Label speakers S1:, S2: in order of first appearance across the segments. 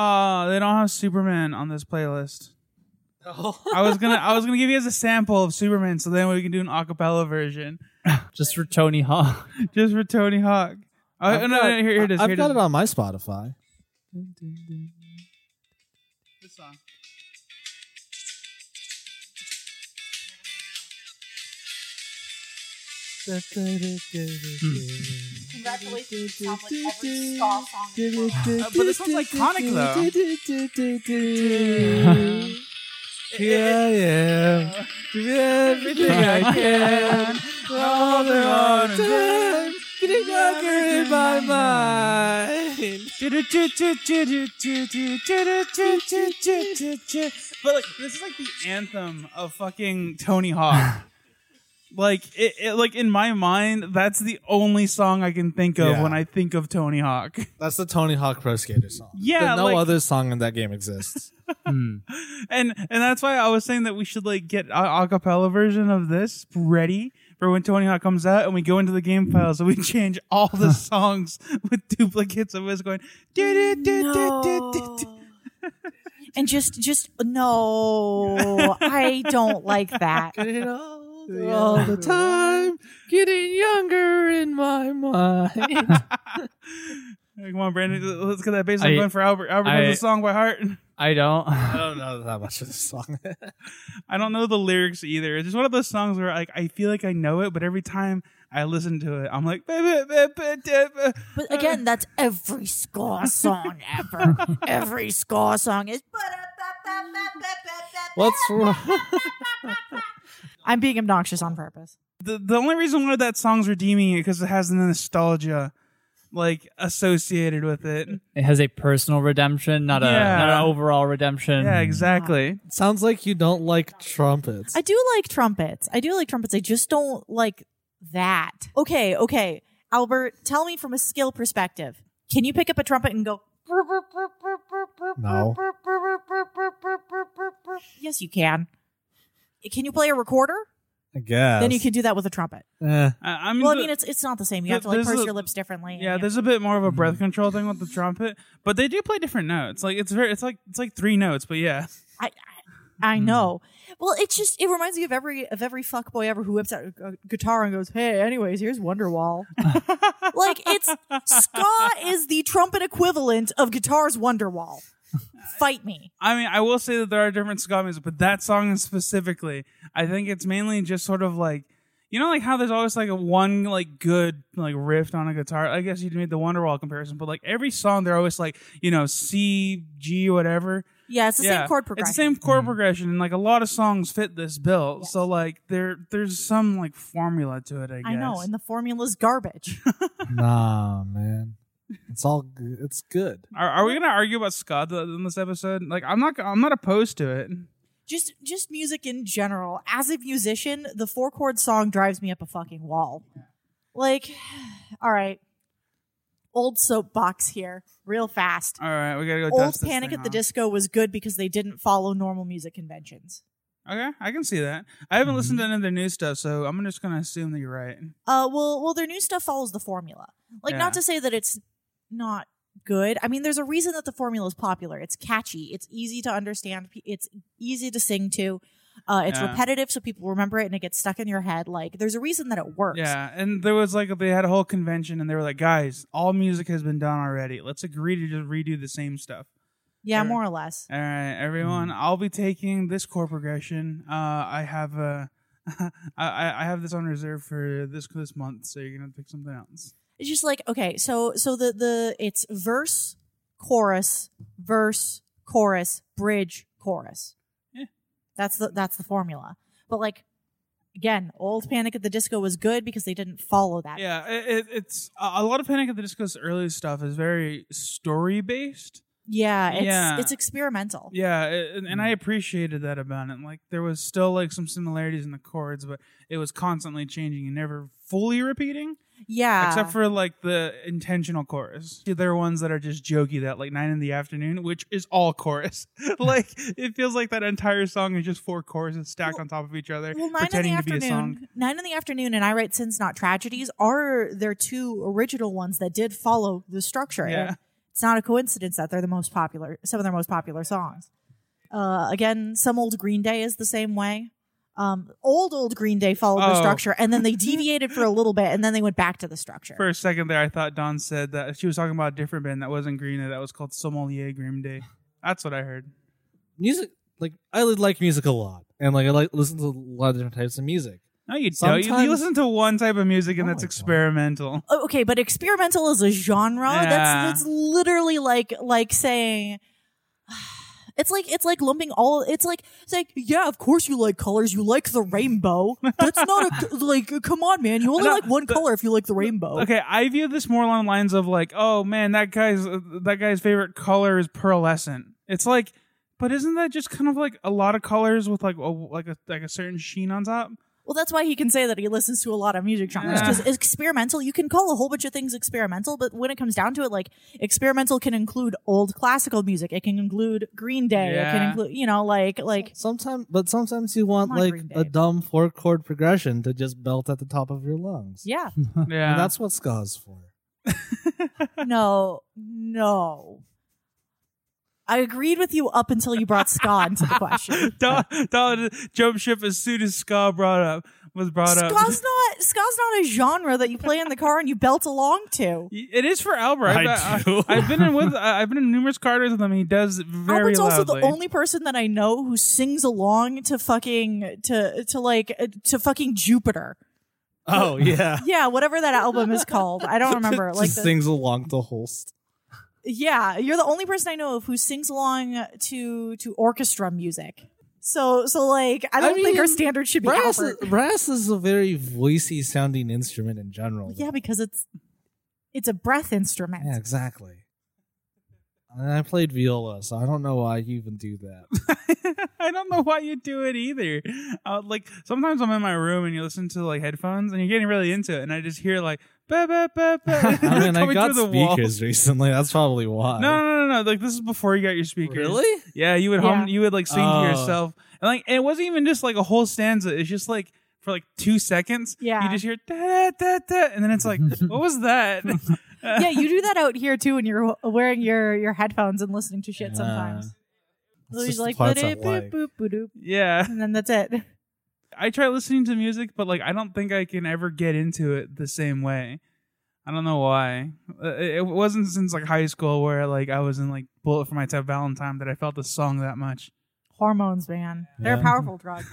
S1: Oh, they don't have Superman on this playlist.
S2: Oh.
S1: I was gonna, I was gonna give you guys a sample of Superman, so then we can do an acapella version
S3: Just for Tony Hawk.
S1: just for Tony Hawk. Oh,
S2: I've
S1: no, no,
S2: got-
S1: here, here it is.
S2: I've
S1: here
S2: got
S1: it
S2: it
S1: is.
S2: on my Spotify.
S1: This song.
S4: Congratulations, you sound like every ska song in the world.
S1: Uh, but this one's iconic though.
S2: Here I am, do everything I can, all the hard time, getting darker in my mind.
S1: But like this is like the anthem of fucking Tony Hawk. like it, it like in my mind, that's the only song I can think of
S2: Yeah.
S1: when I think of Tony Hawk.
S2: That's the Tony Hawk Pro Skater song.
S1: Yeah,
S2: That no
S1: like-
S2: other song in that game exists.
S3: Hmm.
S1: And and that's why I was saying that we should like get a acapella version of this ready for when Tony Hawk comes out and we go into the game files and we change all the songs with duplicates of us going
S4: No. and just, just no, I don't like that.
S2: all the time, getting younger in my mind.
S1: Hey, Come on, Brandon. Let's get that bass line
S3: I-
S1: going for Albert. Albert
S3: I-
S1: knows the song by heart.
S3: I don't.
S2: I don't know that much of this song.
S1: I don't know the lyrics either. It's just one of those songs where like I feel like I know it, but every time I listen to it, I'm like, "Bah, bah, bah, bah, bah, bah."
S4: But again, that's every ska song ever. every ska song is.
S2: What's wrong?
S4: I'm being obnoxious on purpose.
S1: the the only reason why that song's redeeming it because it has the nostalgia like associated with it.
S3: It has a personal redemption, not a
S1: Yeah.
S3: not an overall redemption.
S1: Yeah, exactly.
S2: Sounds like you don't like trumpets.
S4: I do like trumpets. I do like trumpets. I just don't like that. Okay, okay. Albert, tell me from a skill perspective. Can you pick up a trumpet and go?
S2: no.
S4: Yes, you can. Can you play a recorder?
S2: I guess.
S4: Then you can do that with a trumpet.
S2: Eh,
S1: I, I mean,
S4: Well, I
S1: the-
S4: mean, it's it's not the same. You
S1: the-
S4: have to like
S1: there's
S4: purse
S1: a-
S4: your lips differently. and
S1: yeah,
S4: you-
S1: there's a bit more of a breath control thing with the trumpet, but they do play different notes. Like it's very, it's like it's like three notes, but yeah.
S4: I, I
S1: Hmm.
S4: I know. Well, it's just it reminds me of every of every fuckboy ever who whips out a gu- guitar and goes, "Hey, anyways, here's Wonderwall." like it's ska is the trumpet equivalent of guitar's Wonderwall. Fight me.
S1: I mean, I will say that there are different ska music, but that song specifically, I think it's mainly just sort of like, you know, like how there's always like a one like good like riff on a guitar. I guess you'd made the Wonderwall comparison, but like every song, they're always like, you know, C, G, whatever.
S4: Yeah, it's the same chord progression.
S1: It's the same chord progression, and like a lot of songs fit this bill. So like there, there's some like formula to it. I guess.
S4: I know, and the formula's garbage.
S2: nah, man. It's all. Good. It's good.
S1: are, are we gonna argue about ska th- in this episode? Like, I'm not, I'm not opposed to it.
S4: just just music in general. As a musician, the four chord song drives me up a fucking wall. Like, all right, old soapbox here, real fast.
S1: All right, we gotta go.
S4: old
S1: dust this
S4: Panic
S1: thing
S4: at the
S1: off.
S4: Disco was good because they didn't follow normal music conventions.
S1: Okay, I can see that. I haven't
S4: Mm-hmm.
S1: listened to any of their new stuff, so I'm just gonna assume that you're right.
S4: Uh, well, well, their new stuff follows the formula. Like,
S1: Yeah.
S4: not to say that it's not good. I mean, there's a reason that the formula is popular. It's catchy. It's easy to understand. p- It's easy to sing to. Uh, it's
S1: Yeah.
S4: repetitive, so people remember it and it gets stuck in your head. Like, there's a reason that it works.
S1: Yeah, and there was like they had a whole convention, and they were like, "Guys, all music has been done already. Let's agree to just redo the same stuff."
S4: Yeah,
S1: Sure.
S4: more or less.
S1: All right,
S4: Mm.
S1: everyone. I'll be taking this chord progression. Uh, I have a, I, I I have this on reserve for this this month, so you're gonna have to pick something else.
S4: It's just like okay, so so the the it's verse, chorus, verse, chorus, bridge, chorus.
S1: Yeah.
S4: That's the that's the formula. But like again, old Panic at the Disco was good because they didn't follow that.
S1: Yeah, it, it, it's a a lot of Panic at the Disco's early stuff is very story based.
S4: Yeah, it's
S1: Yeah.
S4: it's experimental.
S1: Yeah, a- and,
S4: Mm-hmm.
S1: and I appreciated that about it. Like there was still like some similarities in the chords, but it was constantly changing and never fully repeating,
S4: Yeah.
S1: except for like the intentional chorus. There are ones that are just jokey, that like nine in the afternoon, which is all chorus.
S4: Hmm.
S1: like it feels like that entire song is just four choruses stacked on top of each other,
S4: well, nine in the
S1: pretending to be a song.
S4: afternoon. Nine in the afternoon, and I write sins not tragedies are their two original ones that did follow the structure.
S1: Yeah.
S4: And It's not a coincidence that they're the most popular, some of their most popular songs. Uh, again, some old Green Day is the same way. Um, old old Green Day followed the
S1: Oh.
S4: structure, and then they deviated for a little bit, and then they went back to the structure.
S1: For a second there, I thought Dawn said that she was talking about a different band that wasn't Green Day, that was called Sommelier Green Day. That's what I heard.
S2: Music, like I li- like music a lot, and like I like listen to a lot of different types of music.
S1: No, you don't. You- You,
S2: Sometimes-
S1: listen to one type of music and
S2: No,
S1: that's
S2: I don't.
S1: experimental.
S4: Oh, okay, but experimental is a genre.
S1: Yeah.
S4: That's that's literally like like saying it's like it's like lumping all. It's like it's like yeah, of course you like colors. You like the rainbow. That's not a like. Come on, man. You only
S1: No,
S4: like one color if you like the rainbow.
S1: Okay, I view this more along the lines of like, oh man, that guy's that guy's favorite color is pearlescent. It's like, but isn't that just kind of like a lot of colors with like a, like a like a certain sheen on top?
S4: Well, that's why he can say that he listens to a lot of music genres
S1: Yeah.
S4: because experimental. You can call a whole bunch of things experimental, but when it comes down to it, like experimental can include old classical music. It can include Green Day. It
S1: Yeah.
S4: can include you know like like
S2: Sometimes, but sometimes you want
S4: Come on,
S2: like
S4: Green Day.
S2: a dumb four chord progression to just belt at the top of your lungs.
S4: yeah.
S1: Yeah,
S2: And that's what ska's for.
S4: No, no. I agreed with you up until you brought ska into the question.
S1: Don, Don jumped ship as soon as Ska brought up was brought
S4: Ska's
S1: up.
S4: not ska's not a genre that you play in the car and you belt along to.
S1: It is for Albert.
S2: I
S1: I've- uh,
S2: do.
S1: I, have been in with I- I've been in numerous cars with him. He does it very
S4: Albert's also
S1: loudly.
S4: the only person that I know who sings along to fucking to to like uh, to fucking Jupiter.
S2: Oh yeah.
S4: Yeah, whatever that album is called. I don't remember. Like
S2: just
S4: the-
S2: sings along to Holst.
S4: Yeah, you're the only person I know of who sings along to to orchestra music. So so like I don't think
S2: mean,
S4: our standard should be
S2: Brass is,
S4: Albert.
S2: brass is a very voicey sounding instrument in general.
S4: Well, yeah, because it's it's a breath instrument.
S2: Yeah, exactly. And I played viola, so I don't know why you even do that.
S1: I don't know why you do it either. Uh, like sometimes I'm in my room and you listen to like headphones and you're getting really into it, and I just hear like ba ba ba ba.
S2: I mean, I
S1: coming
S2: got
S1: through the wall.
S2: speakers recently. That's probably why.
S1: No, no, no, no. Like this is before you got your speakers.
S2: Really?
S1: Yeah, you would hum.
S4: Yeah.
S1: You would like sing
S2: Oh.
S1: to yourself, and like and it wasn't even just like a whole stanza. It's just like for like two seconds.
S4: Yeah.
S1: You just hear da da da da, and then it's like, what was that?
S4: yeah, you do that out here too when you're wearing your your headphones and listening to shit
S2: Yeah.
S4: sometimes.
S2: It's
S4: So
S2: just
S4: you're
S2: the
S4: like,
S2: parts I
S4: "Ba-doop,
S2: like.
S4: boop, boop, boop,"
S1: yeah.
S4: and then that's it.
S1: I try listening to music, but like I don't think I can ever get into it the same way. I don't know why. Uh, It it wasn't since like high school where like I was in like Bullet for My Type Valentine that I felt the song that much.
S4: Hormones, man, they're a
S2: Yeah.
S4: powerful drug.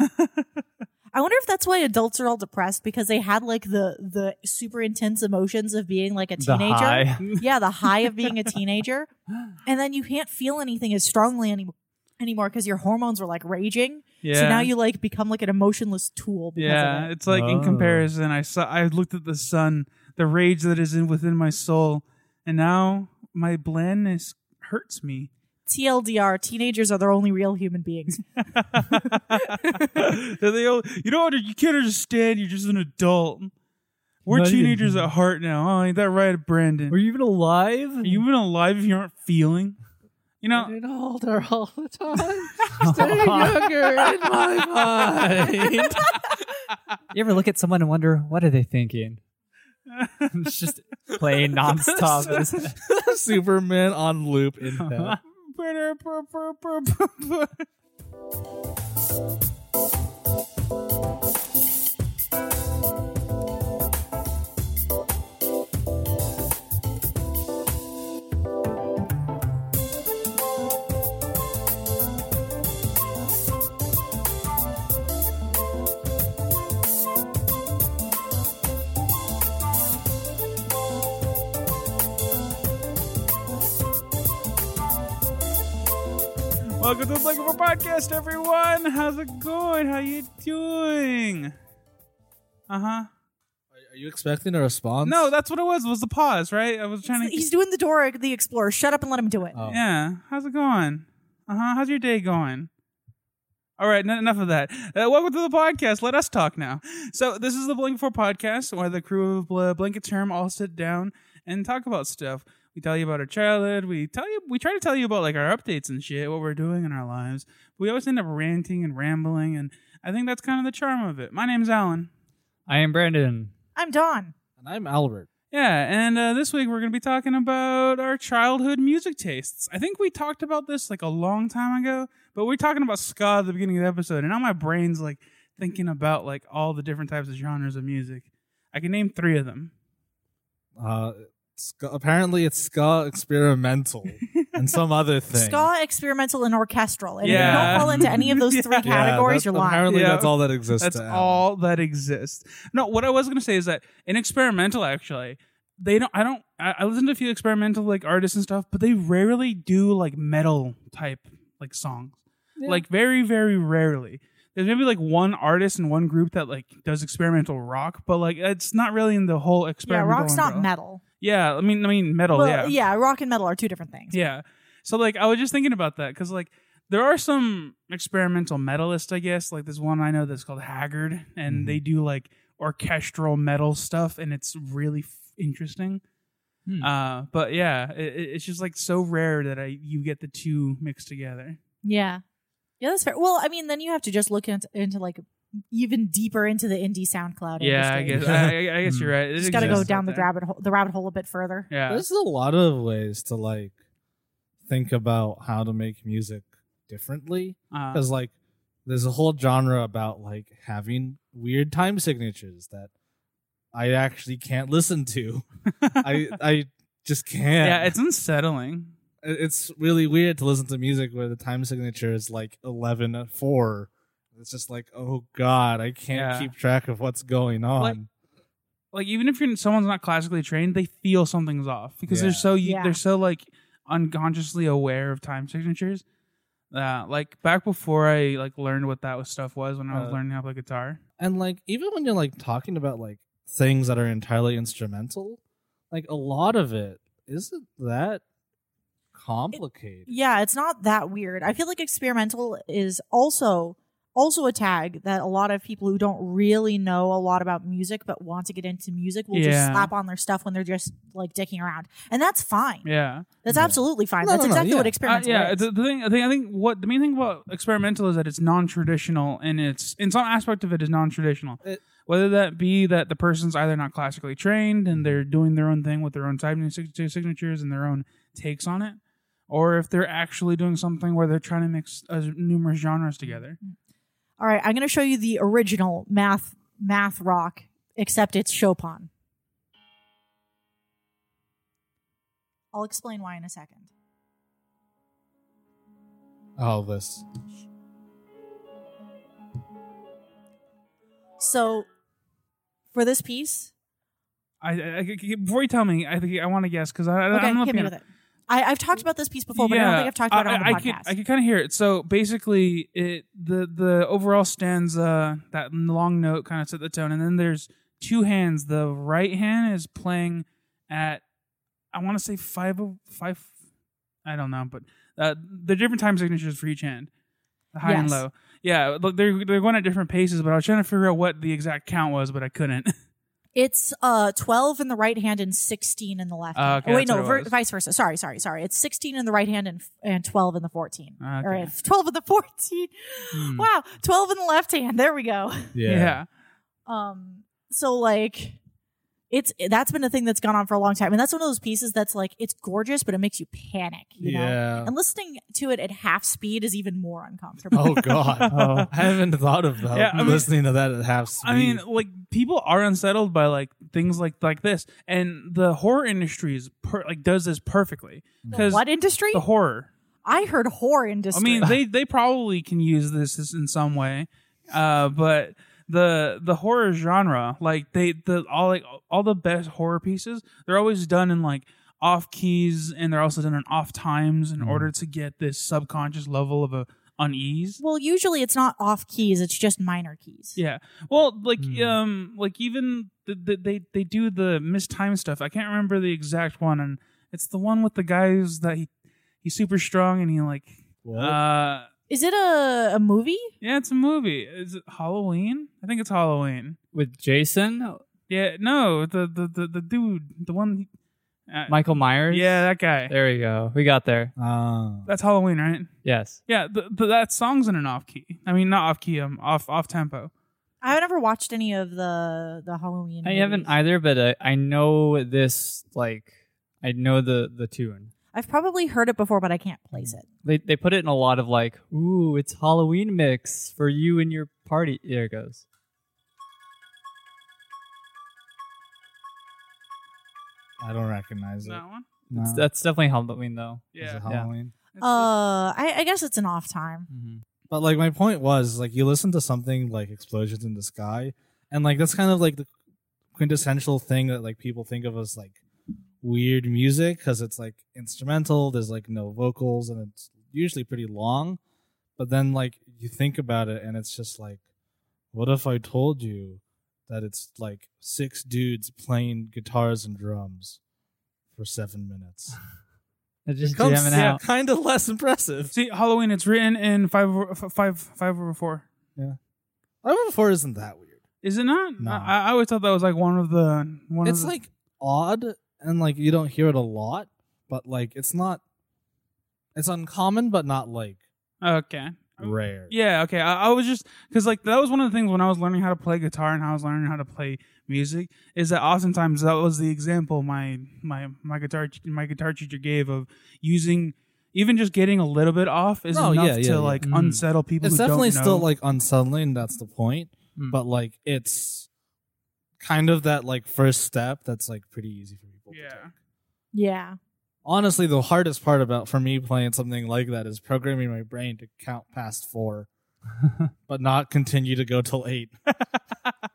S4: I wonder if that's why adults are all depressed because they had like the the super intense emotions of being like a
S3: The
S4: teenager.
S3: high.
S4: yeah, the high of being a teenager. And then you can't feel anything as strongly any- anymore because your hormones were like raging.
S1: Yeah.
S4: So now you like become like an emotionless tool because
S1: yeah,
S4: of it.
S1: it's like in
S2: Oh.
S1: comparison, I saw I looked at the sun, the rage that is in within my soul, and now my blandness hurts me.
S4: TLDR, teenagers are their only real human beings.
S1: They're the old- you don't under- you can't understand. You're just an adult. We're
S3: Not even-
S1: teenagers at heart now. Oh, ain't that right, Brandon?
S3: Were you even alive?
S1: Are you even alive if you aren't feeling? You know,
S2: Getting older all the time. Staying younger in my mind.
S3: You ever look at someone and wonder what are they thinking? it's just playing nonstop. It's-
S2: Superman on loop in bed.
S1: welcome to the Blink of a Podcast, everyone. How's it going? How you doing? Uh huh.
S2: Are you expecting a response?
S1: No, that's what it was. Was the pause right? I was trying to.
S4: He's doing the door the explorer. Shut up and let him do it.
S2: Oh.
S1: Yeah. How's it going? Uh huh. How's your day going? All right, n- enough of that. Uh, welcome to the podcast. Let us talk now. So, this is the Blink 4 podcast where the crew of Bl- Blink a Term all sit down and talk about stuff. We tell you about our childhood. We tell you, we try to tell you about like our updates and shit, what we're doing in our lives. We always end up ranting and rambling, and I think that's kind of the charm of it. My name's Alan.
S3: I am Brandon.
S4: I'm Dawn.
S2: And I'm Albert.
S1: Yeah, and uh, this week we're going to be talking about our childhood music tastes. I think we talked about this like a long time ago, but we are talking about ska at the beginning of the episode, and now my brain's like thinking about like all the different types of genres of music. I can name three of them.
S2: Uh, ska, apparently, it's ska experimental and some other thing.
S4: Ska, experimental, and orchestral. And if you
S1: Yeah.
S4: don't fall into any of those three
S1: Yeah,
S2: Yeah,
S4: categories,
S2: that-
S4: you're lying.
S2: Apparently,
S1: Yeah.
S2: that's all that exists.
S1: That's
S2: to Adam.
S1: all that exists. No, what I was gonna say is that in experimental, actually, they don't. I don't. I, I listen to a few experimental like artists and stuff, but they rarely do like metal type like songs. Like very, very rarely. There's maybe like one artist and one group that like does experimental rock, but like it's not really in the whole
S4: yeah,
S1: experimental.
S4: rock's not
S1: umbrella.
S4: metal.
S1: Yeah, I mean, I mean metal.
S4: Well,
S1: Oh, yeah,
S4: rock and metal are two different things.
S1: yeah. So like I was just thinking about that because like there are some experimental metalists, I guess. Like there's one I know that's called Haggard, and
S2: Mhm.
S1: they do like orchestral metal stuff, and it's really f- interesting.
S3: Hmm.
S1: Uh, but yeah, it, it- it's just like so rare that I you get the two mixed together.
S4: Yeah. Yeah, that's fair. Well, I mean, then you have to just look into, into like even deeper into the indie SoundCloud.
S1: Yeah, I
S4: industry.
S1: guess I, I- I guess you're right. It
S4: Just got to go
S1: exists out
S4: down the
S1: there.
S4: rabbit hole, the rabbit hole a bit further.
S1: Yeah,
S2: There's a lot of ways to like think about how to make music differently.
S1: uh,
S2: Because like, there's a whole genre about like having weird time signatures that I actually can't listen to. I I just can't.
S1: yeah, it's unsettling.
S2: It- it's really weird to listen to music where the time signature is like 11 at 4 it's just like oh god i can't
S1: Yeah.
S2: keep track of what's going on
S1: Like- like even if you're someone's not classically trained, they feel something's off because they're
S2: Yeah.
S1: so
S4: Yeah.
S1: they're so like unconsciously aware of time signatures. Uh, like back before I like learned what that was stuff was when I was
S2: Uh,
S1: learning how to play guitar.
S2: and like even when you're like talking about like things that are entirely instrumental like a lot of it isn't that complicated
S4: Yeah, it's not that weird. I feel like experimental is also also a tag that a lot of people who don't really know a lot about music but want to get into music will just
S1: Yeah.
S4: slap on their stuff when they're just like dicking around, and that's fine.
S1: Yeah,
S4: That's
S2: Yeah.
S4: absolutely fine.
S2: No,
S4: that's
S2: no, no,
S4: exactly
S2: yeah.
S4: what
S1: uh,
S4: experimental
S1: yeah.
S4: is.
S1: The, the thing I think I think what the main thing about experimental is that it's non-traditional and it's in some aspect of it is non-traditional.
S2: It-
S1: Whether that be that the person's either not classically trained and they're doing their own thing with their own type and sig- signatures and their own takes on it, or if they're actually doing something where they're trying to mix uh, numerous genres together.
S4: Mm-hmm. All right, I'm going to show you the original math math rock, except it's Chopin. I'll explain why in a second.
S2: all this
S4: So, for this piece,
S1: I, I, I- before you tell me, I think I want to guess because I, I,
S4: okay,
S1: I'm not
S4: hit me with it. I, I've talked about this piece before, but I don't think I've talked about it on the
S1: I
S4: podcast.
S1: Could, I could kind of hear it. So basically, it the the overall stanza that long note kind of set the tone, and then there's two hands. The right hand is playing at I want to say five o- five. I don't know, but uh, they're different time signatures for each hand, the high and
S4: Yes.
S1: low. Yeah, look, they're they're going at different paces, but I was trying to figure out what the exact count was, but I couldn't.
S4: It's uh 12 in the right hand and 16 in the left.
S1: Oh,
S4: hand.
S1: okay,
S4: oh, wait,
S1: that's
S4: no,
S1: what it
S4: ver-
S1: was.
S4: vice versa. Sorry, sorry, sorry. It's 16 in the right hand and and 12 in the 14.
S1: Ah, Okay.
S4: Or if 12 in the 14.
S1: Hmm.
S4: Wow, 12 in the left hand. There we go.
S1: yeah.
S4: Um so like it's that's been a thing that's gone on for a long time and that's one of those pieces that's like it's gorgeous but it makes you panic, you know.
S2: yeah
S4: And listening to it at half speed is even more uncomfortable.
S2: oh god
S3: Oh.
S2: i haven't thought of that
S1: Yeah, I mean-
S2: listening to that at half speed
S1: I mean, like people are unsettled by like things like like this, and the horror industry is per- like does this perfectly because
S4: what industry?
S1: the horror.
S4: I heard horror
S1: I
S4: industry.
S1: mean, they they probably can use this as- in some way, uh, but the the horror genre, like they the all like all the best horror pieces, they're always done in like off keys, and they're also done in off times in
S2: Mm.
S1: order to get this subconscious level of a unease.
S4: Well, usually it's not off keys; it's just minor keys.
S1: Yeah. Well, like
S2: Hmm.
S1: um, like even the, the, they they do the mistime stuff. I can't remember the exact one, and it's the one with the guys that he he's super strong and he like
S2: What?
S1: uh
S4: Is it a, a movie?
S1: yeah, it's a movie. Is it Halloween? I think it's Halloween.
S3: with Jason,
S1: Yeah. No, the the the, the dude, the one. Uh,
S3: Michael Myers.
S1: Yeah, that guy.
S3: There we go. We got there.
S2: Ah.
S1: That's Halloween, right?
S3: Yes.
S1: Yeah, the, the, that song's in an off key. I mean, not off key. Um, off off tempo.
S4: I've never watched any of the the Halloween.
S3: I haven't
S4: movies.
S3: either, but uh, I know this. Like, I know the the tune.
S4: I've probably heard it before, but I can't place it.
S3: They they put it in a lot of like, ooh, it's Halloween mix for you and your party. There it goes.
S2: I don't recognize it.
S1: that one.
S2: No.
S3: It's, that's definitely Halloween though.
S2: Is
S1: Yeah.
S2: it Halloween?
S1: It's the-
S4: Uh, I, I guess it's an off time.
S3: Mm-hmm.
S2: But like my point was like you listen to something like explosions in the sky, and like that's kind of like the quintessential thing that like people think of as like weird music because it's like instrumental. There's like no vocals, and it's usually pretty long. But then like you think about it, and it's just like, what if I told you that it's like six dudes playing guitars and drums for seven minutes?
S3: just
S2: Comes-
S3: jamming
S2: yeah,
S3: out.
S2: kind of less impressive.
S1: See, Halloween. It's written in five over, f- five five over four.
S2: Five over four isn't that weird.
S1: Is it not?
S2: No.
S1: I, I always thought that was like one of the one.
S2: it's
S1: of the,
S2: like odd and like you don't hear it a lot but like it's not it's uncommon but not like
S1: okay.
S2: rare
S1: Oh, Yeah, okay. I, I was just because like that was one of the things when I was learning how to play guitar and how I was learning how to play music is that oftentimes that was the example my my my guitar my guitar teacher gave of using even just getting a little bit off is
S2: Oh,
S1: enough
S2: yeah,
S1: to
S2: yeah, yeah.
S1: like
S3: Mhm.
S1: unsettle people.
S2: it's
S1: who
S2: definitely
S1: don't know.
S2: still like unsettling that's the point
S1: Hmm.
S3: Mm.
S2: but like it's kind of that like first step that's like pretty easy for people to
S1: Yeah.
S2: take
S4: Yeah.
S2: honestly the hardest part about for me playing something like that is programming my brain to count past four but not continue to go till eight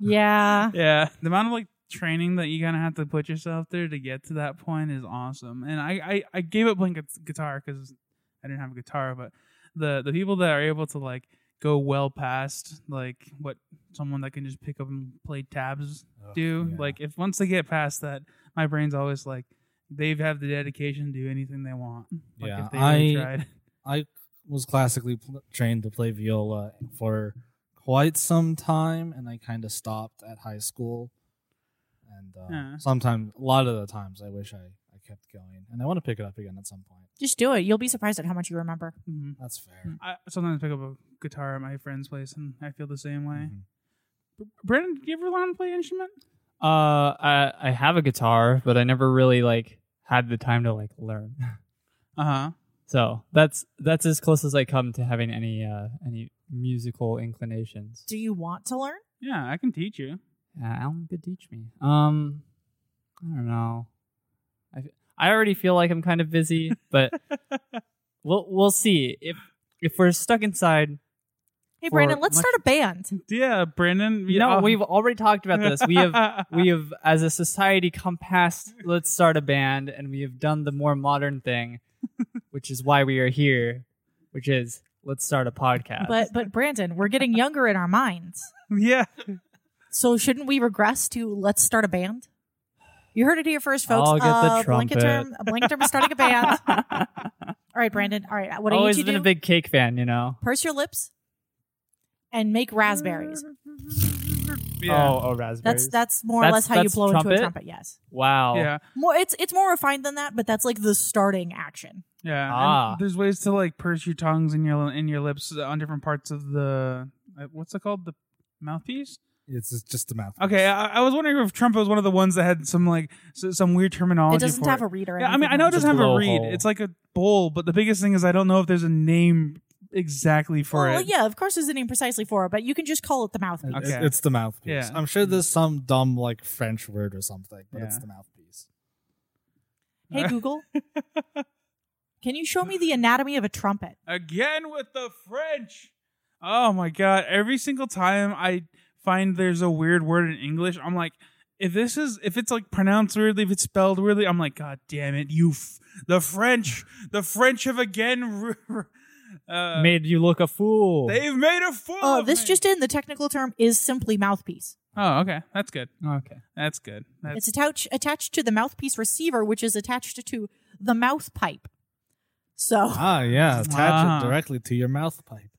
S4: Yeah.
S1: yeah the amount of like training that you kind of have to put yourself through to get to that point is awesome and i i, I gave up playing gu- guitar because i didn't have a guitar but the the people that are able to like go well past like what someone that can just pick up and play tabs do
S2: Yeah.
S1: like if once they get past that my brain's always like they've have the dedication to do anything they want like
S2: Yeah,
S1: if they really
S2: I-
S1: tried
S2: I was classically pl- trained to play viola for quite some time, and I kind of stopped at high school. And uh,
S1: Yeah.
S2: sometimes, a lot of the times, I wish I, I kept going, and I want to pick it up again at some point.
S4: Just do it. You'll be surprised at how much you remember.
S1: Mhm.
S2: That's fair.
S1: I sometimes pick up a guitar at my friend's place and i feel the same way
S2: Mhm.
S1: brandon do you ever learn to play an instrument
S3: Uh, I I have a guitar, but I never really like had the time to like learn.
S1: uh-huh
S3: So that's that's as close as I come to having any uh any musical inclinations.
S4: Do you want to learn?
S1: Yeah, I can teach you.
S3: Yeah, Alan could teach me. Um, I don't know. I I already feel like I'm kind of busy, but we'll we'll see if if we're stuck inside.
S4: Hey,
S3: For
S4: Brandon, let's
S3: much-
S4: start a band.
S1: Yeah, Brandon.
S3: No, we've already talked about this. We have we have as a society come past. Let's start a band, and we have done the more modern thing, which is why we are here, which is let's start a podcast.
S4: But but Brandon, we're getting younger in our minds.
S1: yeah.
S4: So shouldn't we regress to let's start a band? You heard it here first, folks.
S3: I'll get the
S4: uh, Blanket
S3: trumpet.
S4: term, a blanket term is starting a band. All right, Brandon. All right, what I need
S3: always
S4: you to
S3: been
S4: do?
S3: a big cake fan, you know.
S4: purse your lips and make raspberries.
S1: Yeah.
S3: Oh, oh, raspberries.
S4: That's that's more or
S3: That's-
S4: less how you
S3: that's
S4: blow into a
S3: trumpet?
S4: trumpet. Yes,
S3: wow.
S1: Yeah.
S4: more it's it's more refined than that, but that's like the starting action.
S1: Yeah. and
S3: Ah.
S1: there's ways to like purse your tongues and your and your lips on different parts of the uh, what's it called the mouthpiece.
S2: It's just- just a mouth.
S1: Okay, I, I was wondering if Trump was one of the ones that had some like s- some weird terminology.
S4: It doesn't
S1: for
S4: have a reader.
S1: Yeah, I mean, I know it doesn't
S3: Just
S1: have a
S3: blow
S1: reed.
S3: hole.
S1: It's like a bowl, but the biggest thing is I don't know if there's a name exactly for
S4: well,
S1: it.
S4: yeah, of course, there's a name precisely for it, but you can just call it the mouthpiece.
S2: It- it-
S1: Okay.
S2: it's the mouthpiece.
S1: Yeah.
S2: I'm sure there's some dumb like French word or something, but it's
S1: Yeah.
S2: the mouthpiece.
S4: Hey Google, can you show me the anatomy of a trumpet?
S1: Again with the French. Oh my god! Every single time I find there's a weird word in English, I'm like, if this is if it's like pronounced weirdly, if it's spelled weirdly, I'm like, god damn it, you, f- the French, the French have again, r- r- uh,
S3: Made you look a fool.
S1: they've made a fool.
S4: Oh,
S1: of
S4: this
S1: me.
S4: just in. The technical term is simply mouthpiece.
S1: Oh, okay, that's good.
S3: okay.
S1: That's good. That's
S4: It's attached attached to the mouthpiece receiver, which is attached to the mouth pipe. So
S2: Ah, yeah, attach
S1: Ah.
S2: it directly to your mouth pipe.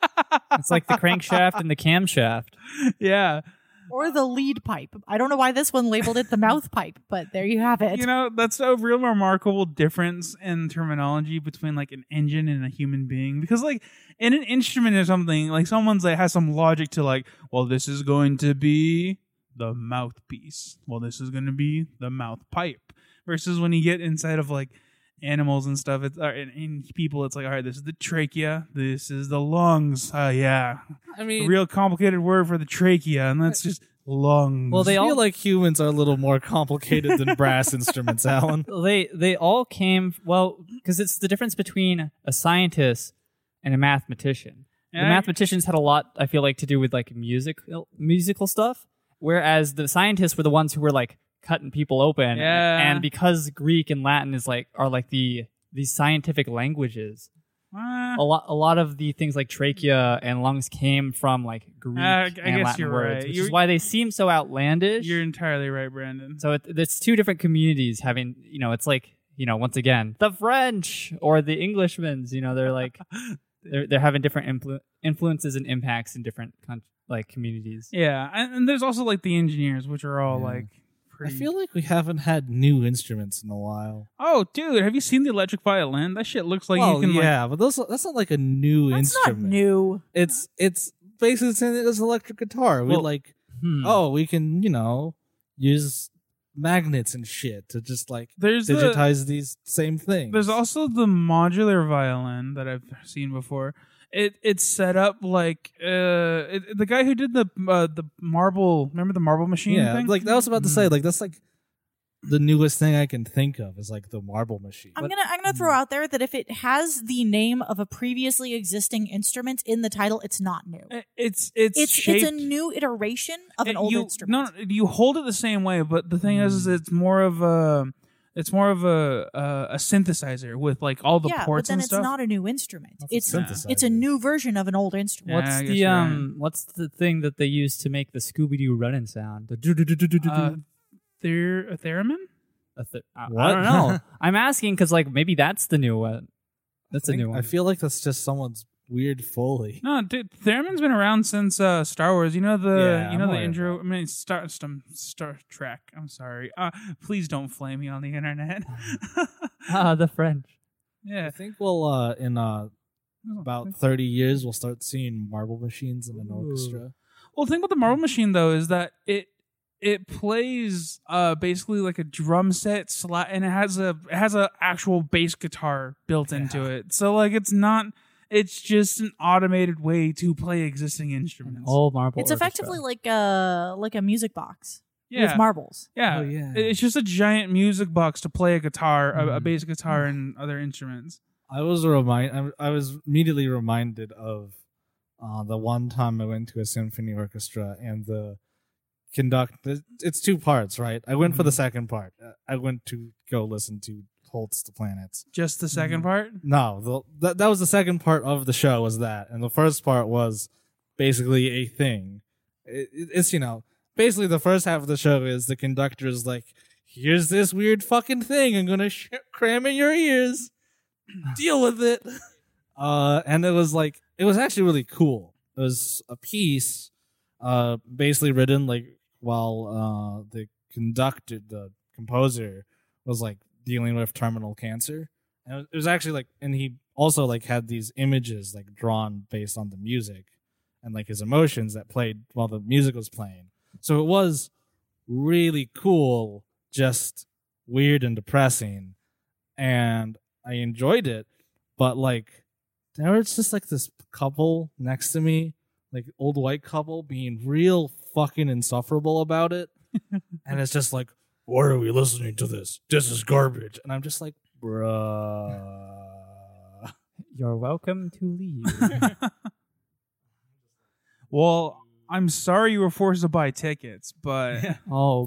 S3: It's like the crankshaft and the camshaft.
S1: yeah.
S4: or the lead pipe. I don't know why this one labeled it the mouth pipe, but there you have it.
S1: you know, that's a real remarkable difference in terminology between like an engine and a human being. Because like in an instrument or something, like someone's like has some logic to like, well, this is going to be the mouthpiece. Well, this is going to be the mouth pipe. Versus when you get inside of like animals and stuff, it's or in, in people, it's like, all right, this is the trachea, this is the lungs. Oh yeah,
S2: I
S1: a
S2: mean,
S1: real complicated word for the trachea, and that's just lungs. Eh?
S3: Well,
S2: I
S3: they
S2: feel
S3: all-
S2: like humans are a little more complicated than brass instruments, Alan.
S3: they they all came well because it's the difference between a scientist and a mathematician. The
S1: Yeah, I-
S3: mathematicians had a lot, I feel like, to do with like music uh, musical stuff, whereas the scientists were the ones who were like cutting people open.
S1: Yeah.
S3: And because Greek and Latin is like are like the the scientific languages,
S1: Ah.
S3: a lot a lot of the things like trachea and lungs came from like Greek
S1: Uh, I
S3: and
S1: guess
S3: Latin
S1: you're
S3: words,
S1: right.
S3: which
S1: You're-
S3: is why they seem so outlandish.
S1: You're entirely right, Brandon.
S3: So it, it's two different communities having, you know, it's like, you know, once again, the French or the Englishmen's, you know, they're like, they're, they're having different influ- influences and impacts in different con- like communities.
S1: Yeah, and, and there's also like the engineers, which are all
S2: Yeah.
S1: like
S2: I
S1: pretty.
S2: feel like we haven't had new instruments in a while.
S1: oh, dude, have you seen the electric violin? That shit looks like
S2: well,
S1: you can like.
S2: Oh, yeah, but those that's not like a new
S4: That's
S2: instrument.
S4: not new.
S2: It's it's basically it's an electric guitar. We
S3: Well-
S2: like
S3: Hmm.
S2: oh we can you know use magnets and shit to just like
S1: There's the,
S2: digitize these same things.
S1: there's also the modular violin that I've seen before. It it's set up like uh it, the guy who did the uh, the marble remember the marble machine
S2: yeah
S1: thing
S2: like that was about to say like that's like the newest thing I can think of is like the marble machine.
S4: I'm gonna I'm gonna throw out there that if it has the name of a previously existing instrument in the title, it's not new.
S1: It- Eh, it's it's
S4: It's
S1: shaped,
S4: it's a new iteration of an
S1: it-
S4: old
S1: you,
S4: instrument.
S1: No, no, you hold it the same way, but the thing is, is
S2: Mm.
S1: it's more of a it's more of a uh, a, a synthesizer with like all the
S4: yeah, but
S1: ports
S4: then
S1: and
S4: it's
S1: stuff.
S4: not a new instrument.
S2: That's a
S4: It's
S2: synthesizer.
S4: it's a new version of an old
S1: Yeah,
S4: instrument.
S1: I
S3: What's
S1: guess
S3: the
S1: you're right.
S3: um? What's the thing that they use to make the Scooby Doo running sound? The do do do do do do.
S1: Uh,
S2: uh,
S1: Ther- a theremin?
S3: I I
S2: What?
S3: don't know. I'm asking because like maybe that's the new one. That's
S2: I
S3: a
S2: think-
S3: new one.
S2: I feel like that's just someone's weird foley.
S1: No, dude, theremin's been around since uh, Star Wars. You know the
S2: Yeah,
S1: you know
S2: I'm
S1: the
S2: aware of
S1: intro.
S2: that.
S1: I mean, Star Star, Star Trek. I'm sorry. Uh, please don't flame me on the internet.
S3: ah, the French.
S1: yeah,
S2: I think we'll uh in uh about 30 years we'll start seeing marble machines in an
S3: Ooh.
S2: orchestra.
S1: Well, the thing about the marble machine though is that it it plays uh basically like a drum set slot, and it has a it has a actual bass guitar built into it. So like it's not it's just an automated way to play existing instruments.
S3: All marble.
S4: It's effectively like a like a music box
S1: yeah,
S4: with marbles.
S1: yeah.
S2: Oh, yeah.
S1: It- It's just a giant music box to play a guitar, a, a
S3: Mhm.
S1: bass guitar, and other instruments.
S2: I was remind I, I was immediately reminded of uh the one time I went to a symphony orchestra and the conduct it's two parts, right? I went for the second part. Uh, I went to go listen to Holtz the Planets.
S1: Just the 2nd part.
S2: No, the, that that was the second part of the show was that, and the first part was basically a thing. It, it- it's you know basically the first half of the show is the conductor is like, "Here's this weird fucking thing. I'm gonna sh- cram in your ears. Deal with it." Uh, and it was like it was actually really cool. It was a piece, uh, basically written like while uh the conductor, the composer, was like dealing with terminal cancer. And it was- it was actually like, and he also like had these images like drawn based on the music and like his emotions that played while the music was playing. So it was really cool, just weird and depressing. And I enjoyed it, but like there was just like this couple next to me, like old white couple being real fucking insufferable about it. and it's just like, why are we listening to this? This is garbage. And I'm just like, bruh.
S3: You're welcome to leave.
S1: Well, I'm sorry you were forced to buy tickets, but
S3: oh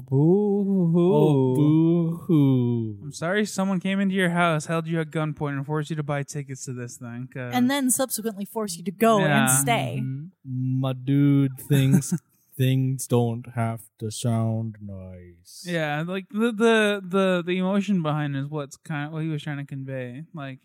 S2: Oh,
S3: boo hoo.
S2: boo hoo.
S1: I'm sorry someone came into your house, held you at gunpoint, and forced you to buy tickets to this thing. 'cause-
S4: And then subsequently force you to go and
S1: Yeah.
S4: stay.
S2: Mm-hmm.
S3: Mm-hmm.
S2: My dude, things things don't have to sound nice.
S1: yeah, like the the the the emotion behind is what's kind of what he was trying to convey. Like,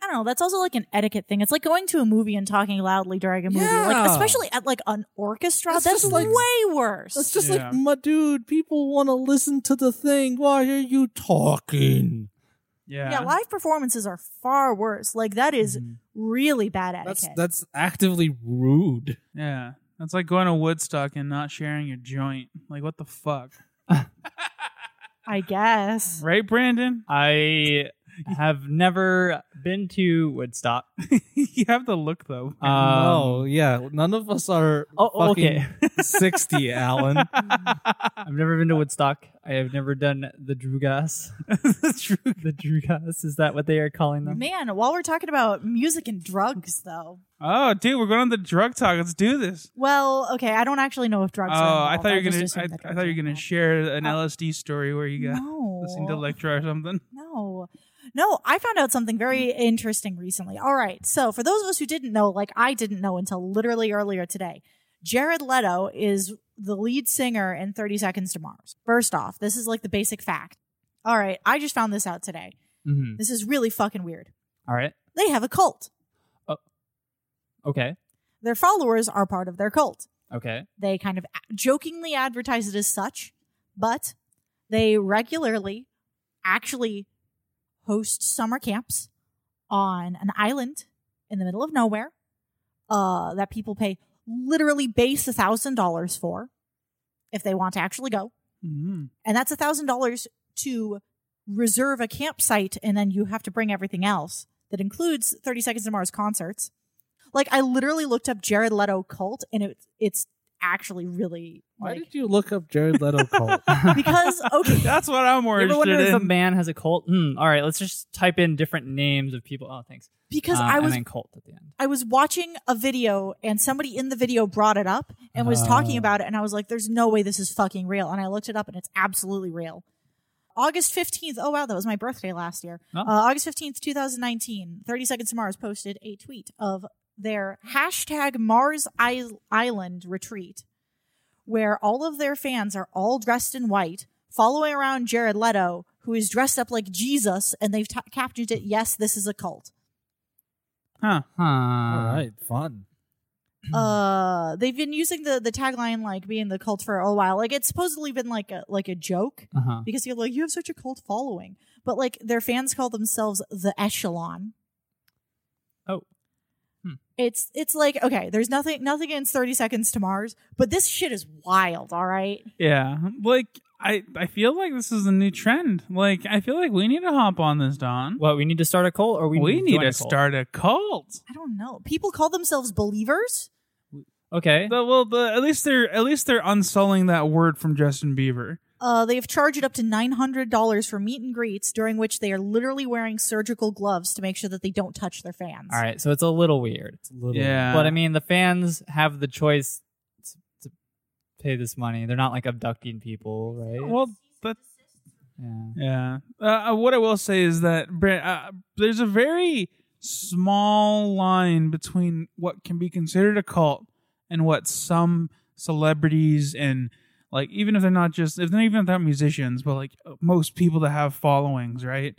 S4: I don't know. That's also like an etiquette thing. It's like going to a movie and talking loudly during a movie, like
S2: Yeah.
S4: especially at like an orchestra.
S2: That's
S4: That's,
S2: just like-
S4: way worse.
S2: It's just
S1: Yeah.
S2: like, my dude, people want to listen to the thing. Why are you talking?
S1: Yeah.
S4: yeah. live performances are far worse. Like that is
S3: Mm-hmm.
S4: really bad
S2: Mm-hmm. That's
S4: etiquette.
S2: that's actively rude.
S1: Yeah. That's like going to Woodstock and not sharing your joint. Like, what the fuck?
S4: I guess.
S1: Right, Brandon?
S3: I have never been to Woodstock.
S1: you have to look, though.
S3: Um,
S2: no, Oh, yeah, none of us are
S3: Oh, oh,
S2: fucking
S3: okay.
S2: 60, Alan.
S3: I've never been to Woodstock. I have never done the Drugas.
S1: That's true.
S3: the Drugas is that what they are calling them?
S4: Man, while we're talking about music and drugs, though.
S1: Oh, dude, we're going on the drug talk. Let's do this.
S4: Well, okay, I don't actually know if
S1: Oh,
S4: drugs. are
S1: I
S4: involved.
S1: thought you were
S4: just
S1: gonna.
S4: assumed
S1: I,
S4: that
S1: I
S4: drugs
S1: thought
S4: are
S1: you were gonna
S4: involved.
S1: share an LSD story where you got
S4: No.
S1: listening to Electra or something.
S4: No. No, I found out something very interesting recently. All right. So, for those of us who didn't know, like I didn't know until literally earlier today, Jared Leto is the lead singer in 30 Seconds to Mars. First off, this is like the basic fact. All right. I just found this out today.
S3: Mhm.
S4: This is really fucking weird.
S3: All right.
S4: They have a cult,
S3: Okay.
S4: their followers are part of their cult.
S3: Okay.
S4: They kind of a- jokingly advertise it as such, but they regularly actually host summer camps on an island in the middle of nowhere uh, that people pay literally base $1,000 for if they want to actually go.
S1: Mm-hmm.
S4: And that's $1,000 to reserve a campsite, and then you have to bring everything else that includes 30 Seconds to Mars concerts. Like, I literally looked up Jared Leto cult, and it, it's actually really.
S2: Why
S4: Like,
S2: did you look up Jared Leto cult?
S4: because, okay.
S1: That's what I'm
S3: You
S1: more
S3: ever wonder
S1: interested
S3: if a
S1: in.
S3: man has a cult? Hmm. all right, let's just type in different names of people. Oh, thanks.
S4: Because
S3: Uh,
S4: I was
S3: and then cult at the end.
S4: I was watching a video and somebody in the video brought it up and was talking
S2: Oh.
S4: about it. And I was like, there's no way this is fucking real. And I looked it up and it's absolutely real. August 15th. Oh, wow. That was my birthday last year.
S3: Oh.
S4: Uh, August 15th, 2019. 30 Seconds to Mars posted a tweet of their hashtag Mars Is- Island retreat, where all of their fans are all dressed in white, following around Jared Leto, who is dressed up like Jesus. And they've t- captioned it, yes, this is a cult.
S1: Huh.
S3: Huh.
S2: All right, fun.
S3: Mm.
S4: uh they've been using the the tagline like being the cult for a while like it's supposedly been like a like a joke
S3: Uh-huh.
S4: because you're like you have such a cult following but like their fans call themselves the echelon
S3: Oh. Hmm.
S4: it's it's like okay there's nothing nothing against 30 seconds to mars but this shit is wild all right
S1: Yeah. Like I, I feel like this is a new trend. Like I feel like we need to hop on this, Don.
S3: What, we need to start a cult or we,
S1: We,
S3: to,
S1: need
S3: join
S1: to
S3: a cult?
S1: start a cult.
S4: i don't know people call themselves believers
S3: Okay.
S1: The, well, the, at least they're at least they're unsulling that word from Justin Bieber.
S4: uh, they have charged up to $900 for meet and greets during which they are literally wearing surgical gloves to make sure that they don't touch their fans
S3: All right, so it's a little weird.
S2: It's a little
S1: Yeah.
S3: But I mean, the fans have the choice to, to pay this money. They're not like abducting people, right?
S1: Well, but
S3: yeah.
S1: Yeah. Uh, uh, what I will say is that Bran- uh, there's a very small line between what can be considered a cult and what some celebrities and like even if they're not just if they're even if they're musicians, but like most people that have followings, right?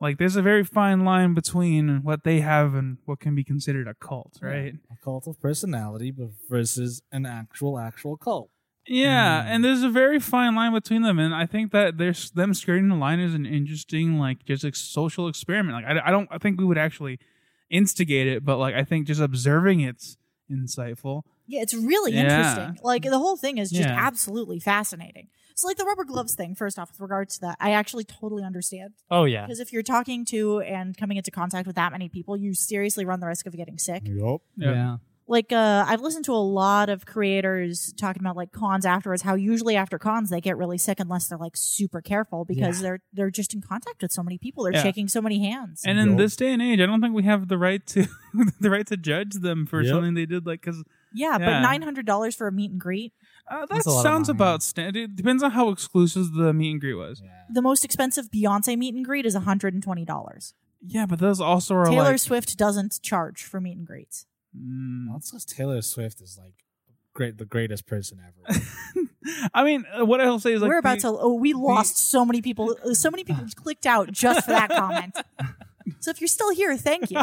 S1: Like there's a very fine line between what they have and what can be considered a cult, right?
S2: a cult of personality, but versus an actual actual cult.
S1: Yeah,
S3: Mm.
S1: and there's a very fine line between them, and I think that there's them skirting the line is an interesting, like, just like social experiment. Like, I, I don't, I think we would actually instigate it, but like, I think just observing it's insightful.
S4: Yeah, it's really
S1: Yeah.
S4: interesting. Like the whole thing is just
S1: Yeah.
S4: absolutely fascinating. So like the rubber gloves thing, first off, with regards to that, I actually totally understand.
S3: Oh, yeah.
S4: Because if you're talking to and coming into contact with that many people, you seriously run the risk of getting sick.
S1: Mm-hmm.
S2: Yep.
S3: Yeah.
S4: Like uh, I've listened to a lot of creators talking about like cons afterwards, how usually after cons they get really sick unless they're like super careful because
S3: Yeah.
S4: they're they're just in contact with so many people, they're
S1: Yeah.
S4: shaking so many hands.
S1: And in
S2: Yup.
S1: this day and age, I don't think we have the right to the right to judge them for
S2: Yep.
S1: something they did, like, because Yeah.
S4: yeah, but nine hundred dollars for a meet and greet.
S1: uh, that
S3: That's a lot of
S1: sounds
S3: money.
S1: about stand. It depends on how exclusive the meet and greet was.
S4: The most expensive Beyonce meet and greet is one hundred and twenty dollars.
S1: Yeah, but those also are
S4: Taylor
S1: like.
S4: Swift doesn't charge for meet and greets.
S1: Mm.
S2: That's because Taylor Swift is like great, the greatest person ever.
S1: I mean, uh, what I'll say is like
S4: We're
S1: the-
S4: about to. Oh, we lost so many people. So many people clicked out just for that comment. So if you're still here, thank you.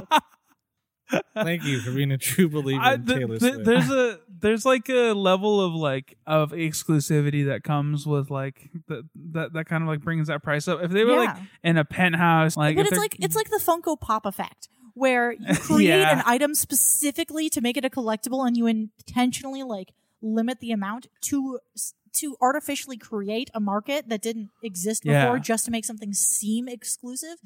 S2: Thank you for being a true believer
S1: I-
S2: in
S1: th-
S2: Taylor
S1: th-
S2: Swift.
S1: there's a there's like a level of like of exclusivity that comes with like the, that that kind of like brings that price up. If they were like
S4: Yeah.
S1: in a penthouse, like
S4: but
S1: if
S4: it's
S1: they're- uh,
S4: like it's like the Funko Pop effect, where you create
S1: Yeah.
S4: an item specifically to make it a collectible, and you intentionally like limit the amount to to artificially create a market that didn't exist before,
S1: Yeah.
S4: just to make something seem exclusive.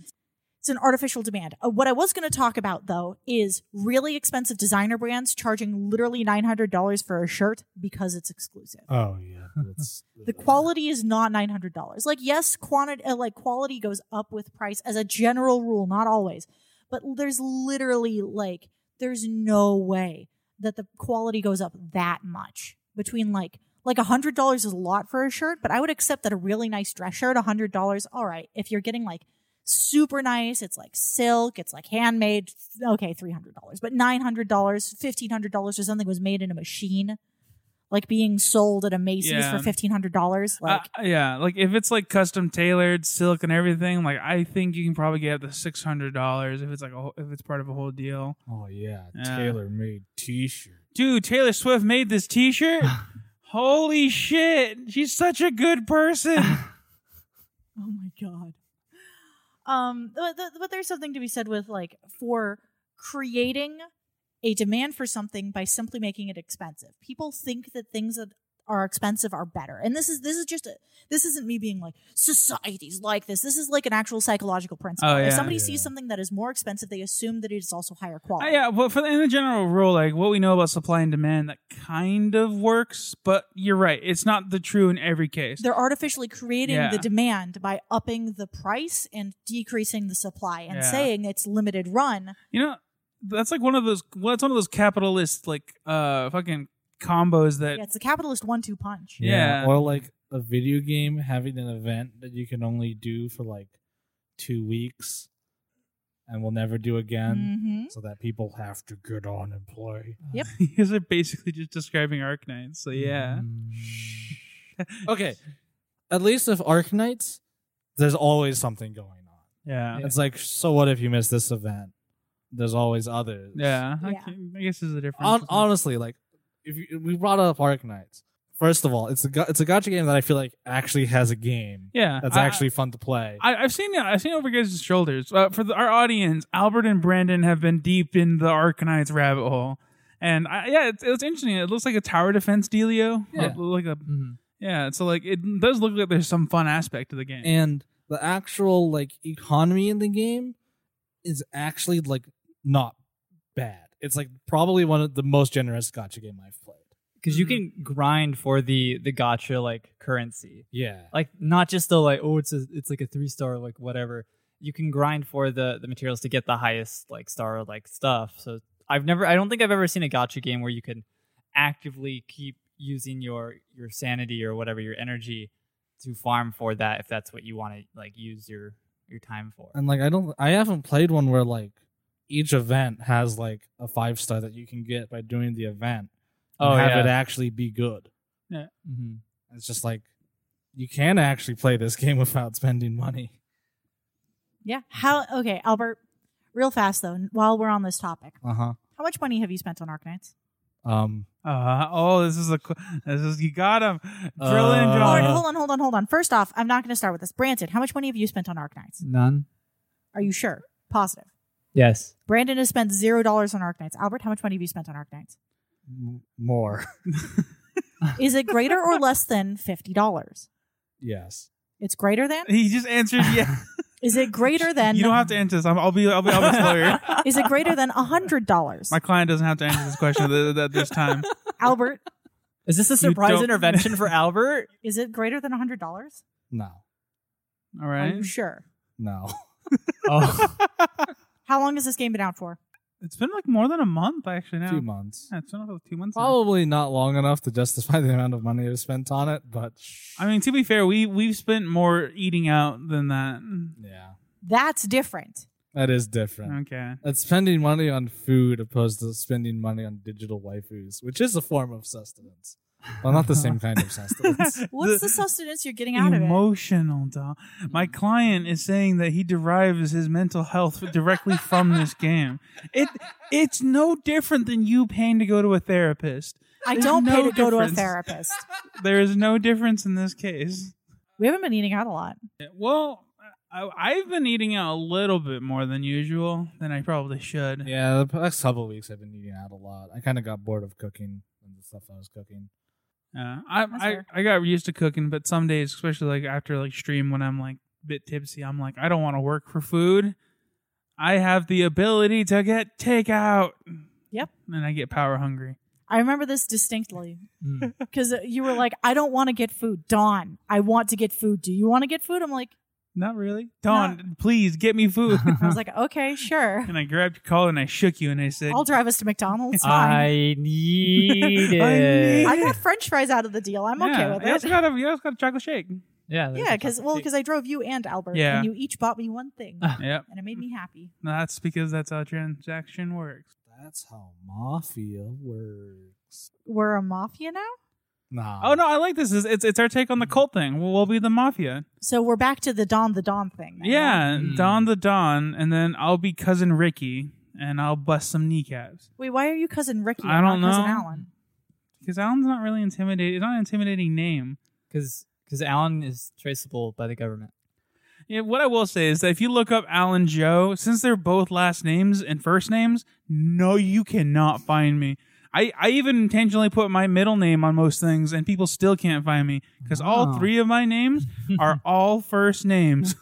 S4: It's an artificial demand. Uh, what I was going to talk about though is really expensive designer brands charging literally nine hundred dollars for a shirt because it's exclusive
S2: oh yeah, that's uh,
S4: the quality is not nine hundred dollars. Like yes, quantity uh, like quality goes up with price as a general rule, not always, but there's literally like there's no way that the quality goes up that much between like like a hundred dollars is a lot for a shirt, but I would accept that a really nice dress shirt, a hundred dollars, all right. If you're getting like super nice, it's like silk, it's like handmade, okay, three hundred dollars, but nine hundred dollars, fifteen hundred dollars, or something was made in a machine. Like being sold at a Macy's
S1: Yeah.
S4: for fifteen hundred dollars, like
S1: uh, yeah, like if it's like custom tailored silk and everything, like I think you can probably get up to six hundred dollars if it's like a, whole- if it's part of a whole deal.
S2: Oh yeah,
S1: Yeah.
S2: Taylor made T-shirt.
S1: Dude, Taylor Swift made this T-shirt. Holy shit, she's such a good person.
S4: Oh my god. Um, but, th- but there's something to be said with like for creating a demand for something by simply making it expensive. People think that things that are expensive are better, and this is this is just a, this isn't me being like society's like this. This is like an actual psychological principle.
S1: Oh, yeah.
S4: if somebody
S2: Yeah.
S4: sees something that is more expensive, they assume that it is also higher
S1: Uh,
S4: quality.
S1: yeah, but for the, in the general rule, like what we know about supply and demand, that kind of works. But you're right; it's not the true in every case.
S4: They're artificially creating
S1: Yeah.
S4: the demand by upping the price and decreasing the supply and
S1: Yeah.
S4: saying it's limited run.
S1: you know, that's like one of those. Well, that's one of those capitalist like uh fucking combos that.
S4: Yeah, it's the capitalist one-two punch.
S1: Yeah.
S2: Or like a video game having an event that you can only do for like two weeks and will never do again.
S4: Mm-hmm.
S2: So that people have to get on and play.
S1: Because they're basically just describing Arknights. So yeah.
S2: Mm. okay. At least if Arknights, there's always something going on.
S1: Yeah.
S2: It's like, so what if you miss this event? There's always others.
S1: Yeah. I
S4: Yeah.
S1: can- I guess there's a difference.
S2: Hon- honestly, like if you, we brought up Arknights, first of all, it's a ga- it's a gacha game that I feel like actually has a game
S1: yeah.
S2: that's
S1: I-
S2: actually fun to play.
S1: I, I've seen it. I've seen it over guys' shoulders. Uh, for the, our audience, Albert and Brandon have been deep in the Arkanites rabbit hole, and I, yeah, it's, it's interesting. It looks like a tower defense dealio,
S2: Yeah.
S1: Uh, like a
S3: Mm-hmm.
S2: Mhm.
S1: yeah. So like it does look like there's some fun aspect to the game.
S2: And the actual like economy in the game is actually like not bad. It's like probably one of the most generous gacha game I've played.
S3: because you
S2: Mm-hmm.
S3: can grind for the the gotcha like currency
S2: Yeah.
S3: like not just the like oh it's a it's like a three star like whatever you can grind for the the materials to get the highest like star like stuff so i've never i don't think i've ever seen a gotcha game where you can actively keep using your your sanity or whatever your energy to farm for that if that's what you want to like use your your time for
S2: And like I don't I haven't played one where like each event has like a five star that you can get by doing the event. and
S3: Oh,
S2: have
S3: yeah.
S2: it actually be good. Mm-hmm.
S3: Mhm.
S2: It's just like you can actually play this game without spending money.
S4: Yeah. How? Okay, Albert. Real fast though. While we're on this topic,
S2: Uh huh.
S4: how much money have you spent on Arknights?
S2: Um.
S1: Uh, oh, this is a qu- this is you got him drilling and
S2: Uh,
S4: Hold on,
S1: drilling.
S4: hold on, hold on, hold on. First off, I'm not going to start with this. Branson, how much money have you spent on Arknights?
S3: none
S4: Are you sure? Positive.
S3: yes
S4: Brandon has spent zero dollars on Arknights. Albert, how much money have you spent on Arknights?
S2: m- more.
S4: Is it greater or less than fifty dollars?
S2: yes.
S4: It's greater than.
S1: He just answered yeah.
S4: Is it greater than?
S1: you don't have to answer this. I'm, I'll be I'll be Albert's lawyer.
S4: Is it greater than hundred dollars?
S1: My client doesn't have to answer this question at th- at this time.
S4: Albert,
S3: is this a
S1: You
S3: surprise
S1: don't-
S3: intervention for albert
S4: is it greater than hundred dollars?
S2: No.
S1: All
S4: Are
S1: right.
S4: you sure?
S2: No.
S3: oh
S4: How long has this game been out for?
S1: It's been like more than a month actually now.
S2: Two months.
S1: Yeah, it's been about two months. now.
S2: Probably not long enough to justify the amount of money I've spent on it, but
S1: I mean, to be fair, we we've spent more eating out than that.
S2: yeah,
S4: That's different.
S2: that is different.
S1: Okay.
S2: It's spending money on food opposed to spending money on digital waifus, which is a form of sustenance. Well, not the same kind of sustenance.
S4: What's the,
S1: The-
S4: sustenance you're getting out of it?
S1: Emotional, dog. My client is saying that he derives his mental health directly from this game. It it's no different than you paying to go to a therapist.
S4: I
S1: There's
S4: don't pay
S1: no
S4: to go to a
S1: difference.
S4: therapist.
S1: There is no difference in this case.
S4: We haven't been eating out a lot.
S1: Well, I, I've been eating out a little bit more than usual than I probably should.
S2: yeah, the past couple weeks I've been eating out a lot. I kind of got bored of cooking and the stuff I was cooking.
S1: Uh, I,
S4: That's
S1: I
S4: fair.
S1: I got used to cooking, but some days, especially like after like stream when I'm like a bit tipsy, I'm like I don't want to work for food. I have the ability to get takeout.
S4: Yep.
S1: And I get power hungry.
S4: I remember this distinctly
S3: Mm.
S4: because you were like, "I don't want to get food." Dawn, I want to get food. Do you want to get food? I'm like,
S1: Not really. Dawn, please get me food.
S4: I was like, "Okay, sure.
S1: and I grabbed your collar and I shook you and I said,
S4: I'll drive us to McDonald's." It's Fine.
S3: I need
S1: I
S3: it.
S1: need-
S4: I got French fries out of the deal. I'm okay
S1: Yeah,
S4: with
S1: I also
S4: it.
S1: got a, you also got a chocolate shake.
S3: yeah, there's
S4: Yeah,
S3: a
S4: because
S3: chocolate
S4: well,
S3: cake.
S4: because I drove you and Albert,
S1: Yeah. Uh-huh.
S4: and you each bought me one thing,
S3: Ah.
S1: yep.
S4: and it made me happy.
S1: That's because that's how transaction works.
S2: That's how mafia works.
S4: We're a mafia now,
S2: Nah.
S1: Oh no, I like this. It's it's, it's our take on the cult thing. We'll, we'll be the mafia.
S4: so we're back to the Don the Don thing. then, right?
S1: Yeah,
S3: Mm.
S1: Don the Don, and then I'll be cousin Ricky, and I'll bust some kneecaps.
S4: Wait, why are you cousin Ricky?
S1: I
S4: and
S1: don't
S4: not Cousin
S1: know.
S4: Alan.
S1: Because Alan's not really intimidating. It's not an intimidating name.
S3: because because Alan is traceable by the government.
S1: Yeah, what I will say is that if you look up Alan Joe, since they're both last names and first names, no, you cannot find me. I, I even intentionally put my middle name on most things, and people still can't find me because all
S3: Wow.
S1: three of my names are all first names.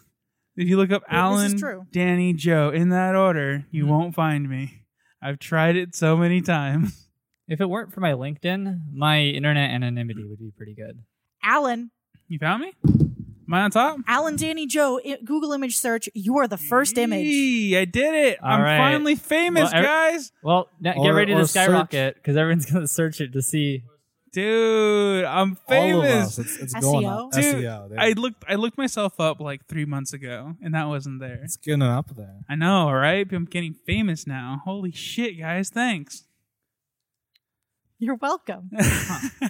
S1: if you look up
S4: Well, this
S1: Alan,
S4: is true.
S1: Danny, Joe in that order, you
S3: Mhm.
S1: won't find me. I've tried it so many times.
S3: If it weren't for my LinkedIn, my internet anonymity would be pretty good.
S4: Alan,
S1: You found me? Am I on top?
S4: Alan, Danny, Joe. I- Google image search. You are the first image.
S1: Yee, I did it.
S3: All
S1: I'm
S3: right.
S1: finally famous,
S3: Well, er every-
S1: guys.
S3: Well, now get
S2: Or-
S3: ready
S2: or
S3: to
S2: search.
S3: skyrocket because everyone's gonna search it to see.
S1: Dude, I'm
S2: All of
S1: famous.
S2: us. It's, it's going
S4: SEO?
S2: up. E
S1: Dude,
S2: SEO. there.
S1: I looked I looked myself up like three months ago and that wasn't there.
S2: it's getting up there.
S1: I know, right? I'm getting famous now. Holy shit, guys, thanks.
S4: You're welcome.
S1: I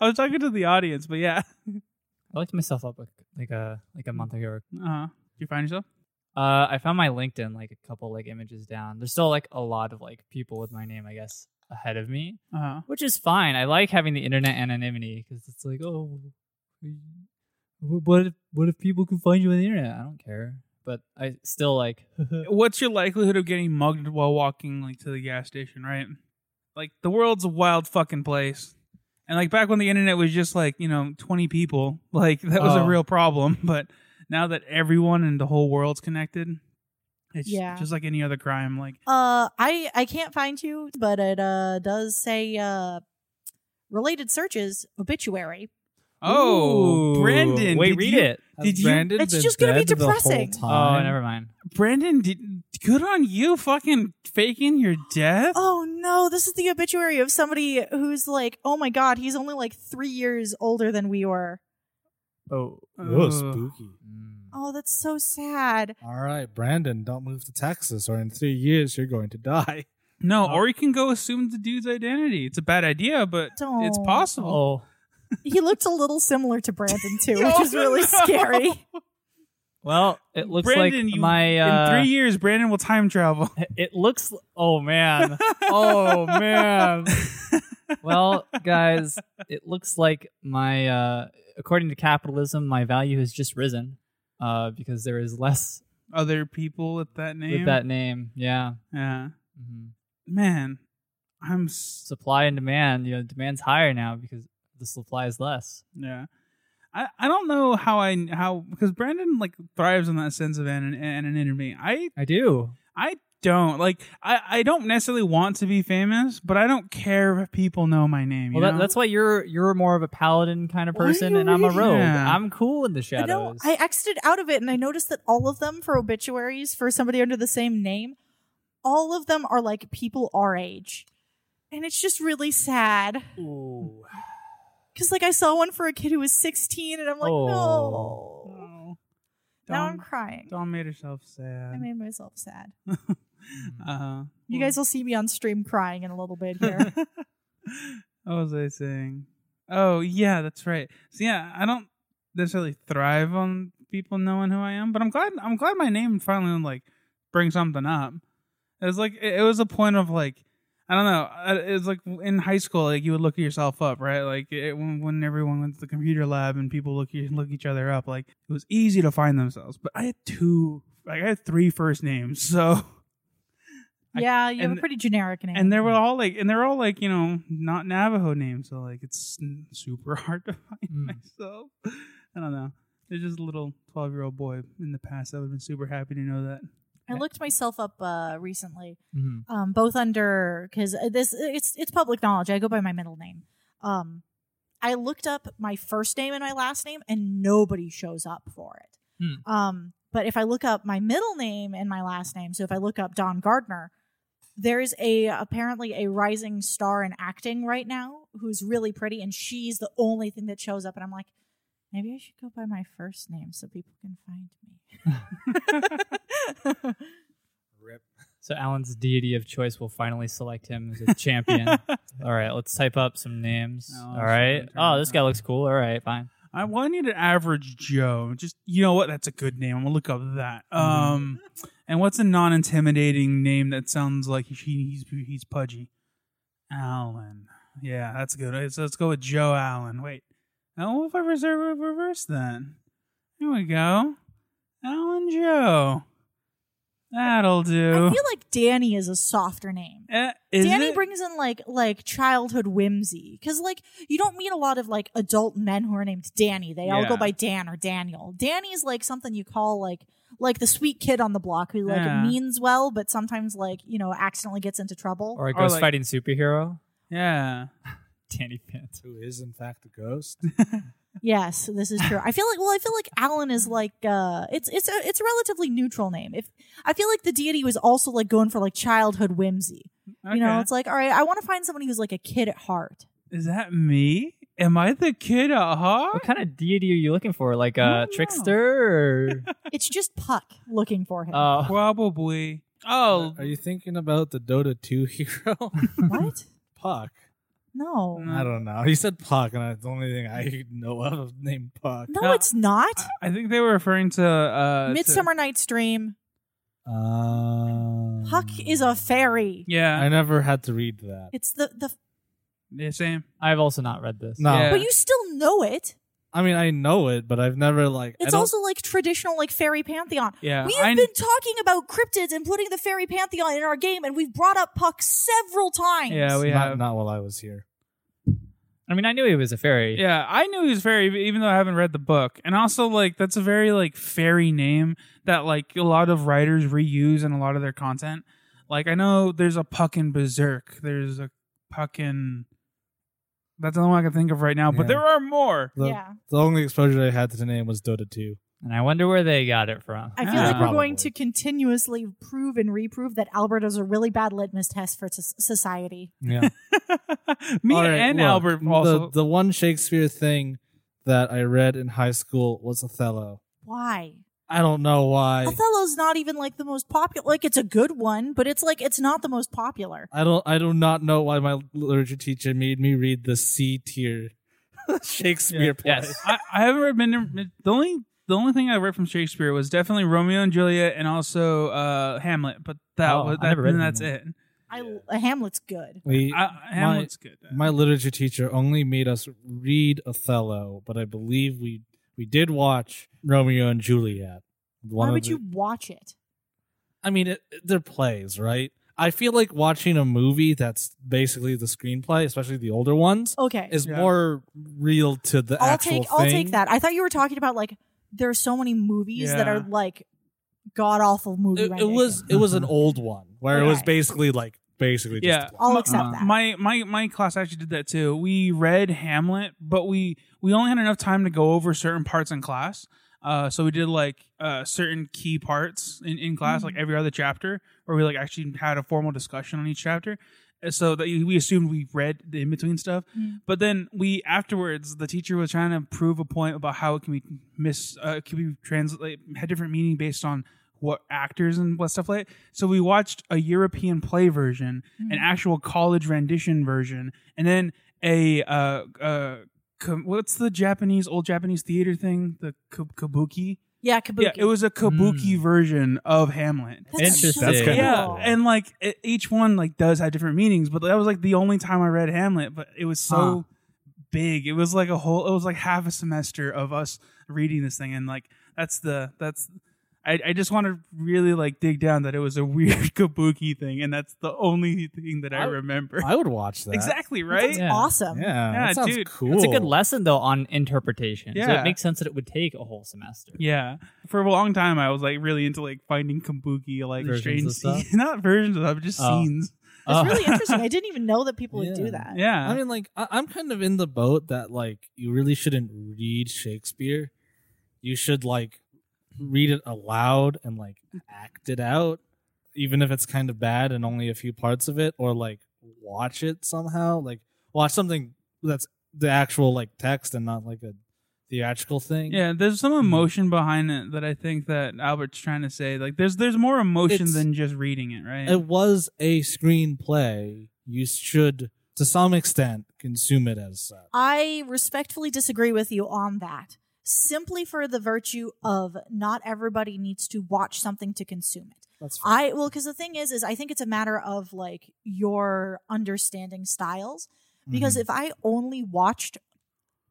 S1: was talking to the audience, but yeah.
S3: I looked myself up like, like a like a month ago.
S1: Uh-huh. Did you find yourself?
S3: Uh, I found my LinkedIn like a couple like images down. There's still like a lot of like people with my name, I guess, ahead of me,
S1: Uh-huh.
S3: which is fine. I like having the internet anonymity because it's like, oh, wh- what if what if people can find you on the internet? I don't care, but I still like.
S1: What's your likelihood of getting mugged while walking like to the gas station, right? Like the world's a wild fucking place. And like back when the internet was just like, you know, 20 people, like that was a
S3: Oh.
S1: real problem, but now that everyone and the whole world's connected, it's
S4: Yeah.
S1: just like any other crime like
S4: Uh, I I can't find you, but it uh does say uh related searches obituary.
S1: Oh,
S3: Ooh.
S1: Brandon.
S3: wait,
S1: did
S3: read
S1: you-
S3: it.
S1: Did you-
S2: Brandon
S4: It's
S2: been
S4: just gonna be
S2: dead the whole
S4: depressing.
S3: Oh,
S2: time?
S3: never mind.
S1: Brandon, did, good on you fucking faking your death.
S4: Oh no, this is the obituary of somebody who's like, oh my god, he's only like three years older than we were.
S3: Oh.
S2: Whoa,
S1: Ugh.
S2: spooky.
S3: Mm.
S4: Oh, that's so sad.
S2: All right, Brandon, don't move to Texas, or in three years you're going to die.
S1: No,
S3: Oh.
S1: or you can go assume the dude's identity. It's a bad idea, but it's
S4: Don't.
S1: possible.
S3: Oh.
S4: He looked a little similar to Brandon too, which is really scary.
S3: Well, it looks
S1: Brandon,
S3: like
S1: you-
S3: my uh,
S1: In three years, Brandon will time travel.
S3: It looks. Oh man. oh man. Well, guys, it looks like my. Uh, according to capitalism, my value has just risen, uh, because there is less
S1: Other people with that name.
S3: with that name. Yeah.
S1: Yeah.
S3: hmm
S1: Man, I'm. S-
S3: Supply and demand. You know, demand's higher now because the supply is less.
S1: yeah. I, I don't know how I how because Brandon like thrives on that sense of an, anonymity. I
S3: I do.
S1: I don't like I, I don't necessarily want to be famous, but I don't care if people know my name.
S3: Well,
S1: you
S3: that,
S1: know?
S3: that's why you're you're more of a paladin kind of
S4: Why are
S3: person,
S4: you
S3: and I'm a
S4: reading
S3: rogue.
S1: that?
S3: I'm cool in the
S4: I
S3: shadows.
S4: know. I exited out of it and I noticed that all of them for obituaries for somebody under the same name, all of them are like people our age. And it's just really sad.
S3: Ooh.
S4: Cause like I saw one for a kid who was 16 and I'm like,
S3: Oh.
S4: no.
S1: Oh.
S4: Now I'm
S1: Dawn-
S4: crying.
S1: Dawn made herself sad. Uh-huh.
S4: I made myself sad.
S1: uh, Hmm.
S4: You guys will see me on stream crying in a little bit here.
S1: uh, What was I saying? Oh yeah, that's right. So yeah, I don't necessarily thrive on people knowing who I am, but I'm glad I'm glad my name finally like brings something up. It was like it, it was a point of like I don't know. I- It was like in high school, like you would look yourself up, right? Like it, when, when everyone went to the computer lab and people look you look each other up, like it was easy to find themselves. But I had two, like I had three first names, so I-
S4: yeah, you have
S1: and-
S4: a pretty generic name.
S1: and they were all like, and they're all like, you know, not Navajo names, so like it's n- super hard to find
S3: Mm.
S1: myself. I don't know. There's just a little twelve year old boy in the past that would have been super happy to know that.
S4: I looked myself up uh, recently,
S3: Mhm.
S4: um, both under because this uh, it's it's public knowledge. I go by my middle name. Um, I looked up my first name and my last name, and nobody shows up for it.
S3: Hmm.
S4: Um, but if I look up my middle name and my last name, so if I look up Don Gardner, there's a apparently a rising star in acting right now who's really pretty, and she's the only thing that shows up. And I'm like, maybe I should go by my first name so people can find me.
S2: Rip.
S3: So Alan's deity of choice will finally select him as a champion. All right, let's type up some names.
S1: Oh,
S3: All right.
S1: shit, I'm
S3: Oh, this guy looks cool. All right, fine.
S1: I well, I need an average Joe. Just you know what? That's a good name. I'm gonna look up that. Um, and what's a non-intimidating name that sounds like he, he's he's pudgy? Allen. Yeah, that's good. Let's, let's go with Joe Allen. Wait, oh, what if I reserve reverse then? Here we go. Allen Joe. That'll
S4: I
S1: do.
S4: feel like Danny is a softer name.
S1: Eh, is
S4: Danny
S1: it?
S4: brings in like like childhood whimsy because like you don't meet a lot of like adult men who are named Danny. They all
S1: Yeah.
S4: go by Dan or Daniel. Danny's like something you call like like the sweet kid on the block who like
S1: Yeah.
S4: means well but sometimes like you know accidentally gets into trouble.
S3: Or a
S1: Or
S3: ghost
S1: like-
S3: fighting superhero,
S1: yeah.
S3: Danny Phantom.
S2: Who is in fact a ghost?
S4: yes, this is true. I feel like well, I feel like Alan is like uh it's it's a it's a relatively neutral name. If I feel like the deity was also like going for like childhood whimsy.
S1: Okay.
S4: You know, it's like all right, I want to find somebody who's like a kid at heart.
S1: is that me? Am I the kid at heart?
S3: What kind of deity are you looking for? Like
S1: I
S3: a
S1: don't know.
S3: trickster?
S4: It's just Puck looking for him.
S3: Or,
S1: Uh,
S3: oh,
S1: Probably. Oh,
S2: Uh, Are you thinking about the Dota 2 hero?
S4: what?
S2: Puck.
S4: No.
S1: No.
S2: I don't know. He said Puck, and that's the only thing I know of named Puck.
S4: No,
S1: No.
S4: it's not.
S1: I- I think they were referring to uh, to-
S4: Midsummer Night's Dream.
S2: Um,
S4: Puck is a fairy.
S1: yeah,
S2: I never had to read that.
S4: It's the the
S1: yeah, same.
S3: I've also not read this.
S2: No,
S1: Yeah.
S4: but you still know it.
S2: I mean I know it, but I've never like. I
S4: It's
S2: don't-
S4: also like traditional like fairy pantheon.
S1: Yeah,
S4: We've
S1: I,
S4: been talking about cryptids and putting the fairy pantheon in our game and we've brought up Puck several times.
S1: yeah, we
S2: not,
S1: have.
S2: not while I was here.
S3: I mean, I knew he was a fairy.
S1: Yeah, I knew he was fairy, even though I haven't read the book. And also, like, that's a very like fairy name that like a lot of writers reuse in a lot of their content. Like, I know there's a puck in Berserk. There's a puck in. That's the only one I can think of right now. But
S2: Yeah.
S1: there are more.
S2: The,
S4: Yeah.
S2: the only exposure I had to the name was Dota 2.
S3: And I wonder where they got it from.
S4: I feel
S1: Yeah.
S4: like we're
S2: Probably.
S4: going to continuously prove and reprove that Albert is a really bad litmus test for s- society.
S2: Yeah.
S1: Me
S2: All right,
S1: and
S2: look,
S1: Albert also.
S2: The, the one Shakespeare thing that I read in high school was Othello.
S4: Why?
S2: I don't know why.
S4: Othello's not even like the most popular. Like it's a good one, but it's like it's not the most popular.
S2: I don't. I do not know why my literature teacher made me read the C tier Shakespeare play.
S3: Yes.
S1: I, I haven't read many- the only the only thing I read from Shakespeare was definitely Romeo and Juliet and also uh, Hamlet, but that
S3: Oh,
S1: was
S3: I
S1: that,
S3: never read
S1: and that's it.
S3: Hamlet.
S4: I uh, Hamlet's good.
S2: We,
S1: I, Hamlet's good.
S2: my literature teacher only made us read Othello, but I believe we we did watch Romeo and Juliet. One
S4: Why
S2: of
S4: would
S2: the-
S4: you watch it?
S2: I mean, it, it- they're plays, right? I feel like watching a movie that's basically the screenplay, especially the older ones,
S4: Okay,
S2: is
S1: Yeah.
S2: more real to the
S4: I'll
S2: actual
S4: take I'll
S2: thing.
S4: take that. I thought you were talking about like there are so many movies that
S1: Yeah.
S4: are like god awful movie.
S2: It, it
S4: renditions.
S2: was it was an old one where it was
S4: Okay.
S2: basically like basically
S1: Yeah.
S2: just
S4: I'll
S1: My-
S4: accept
S2: uh,
S4: that.
S1: My my my class actually did that too. We read Hamlet, but we we only had enough time to go over certain parts in class. Uh, so we did like uh, certain key parts in, in class,
S4: Mm.
S1: like every other chapter, where we like actually had a formal discussion on each chapter. Uh, So that we assumed we read the in between stuff,
S4: Mm.
S1: but then we afterwards the teacher was trying to prove a point about how it can be mis uh, can be translate had different meaning based on what actors and what stuff like. So we
S4: Mm-hmm.
S1: watched a European play version, an actual college rendition version, and then a uh uh ka- what's the Japanese old Japanese theater thing? The ka- kabuki.
S4: Yeah, Kabuki.
S1: Yeah, it was a kabuki
S3: Mm.
S1: version of Hamlet.
S4: That's
S3: Interesting.
S4: so
S3: That's
S4: cool.
S3: kinda
S1: yeah,
S2: cool.
S1: and like e- each one like does have different meanings, but that was like the only time I read Hamlet, but it was so big. It was like a whole it was like half a semester of us reading this thing and like that's the that's I, I just want to really like dig down that it was a weird kabuki thing and that's the only thing that I,
S2: I-
S1: remember.
S2: I would watch that.
S1: exactly, right?
S4: That's
S3: Yeah.
S2: Yeah,
S4: awesome.
S1: Yeah,
S2: that sounds
S1: dude.
S2: cool.
S3: It's a good lesson though on interpretation. So
S1: Yeah.
S3: it makes sense that it would take a whole semester.
S1: Yeah. For a long time, I was like really into like finding kabuki, like
S3: Versions
S1: strange
S3: of stuff?
S1: scenes. Not versions of stuff, just
S3: Oh.
S1: scenes.
S4: It's
S3: Oh.
S4: really interesting. I didn't even know that people would do
S2: Yeah.
S4: that.
S1: Yeah.
S2: I mean, like I- I'm kind of in the boat that like you really shouldn't read Shakespeare. You should like read it aloud and like act it out, even if it's kind of bad and only a few parts of it, or like watch it somehow. Like watch something that's the actual like text and not like a theatrical thing.
S1: yeah, there's
S2: Mm-hmm.
S1: some emotion behind it that I think that Albert's trying to say. Like, there's there's more emotion
S2: It's-
S1: than just reading it, right?
S2: it was a screenplay. You should, to some extent, consume it as such.
S4: I respectfully disagree with you on that. Simply for the virtue of not everybody needs to watch something to consume it.
S2: That's fair.
S4: I well, because the thing is, is I think it's a matter of like your understanding styles. Because if I only watched,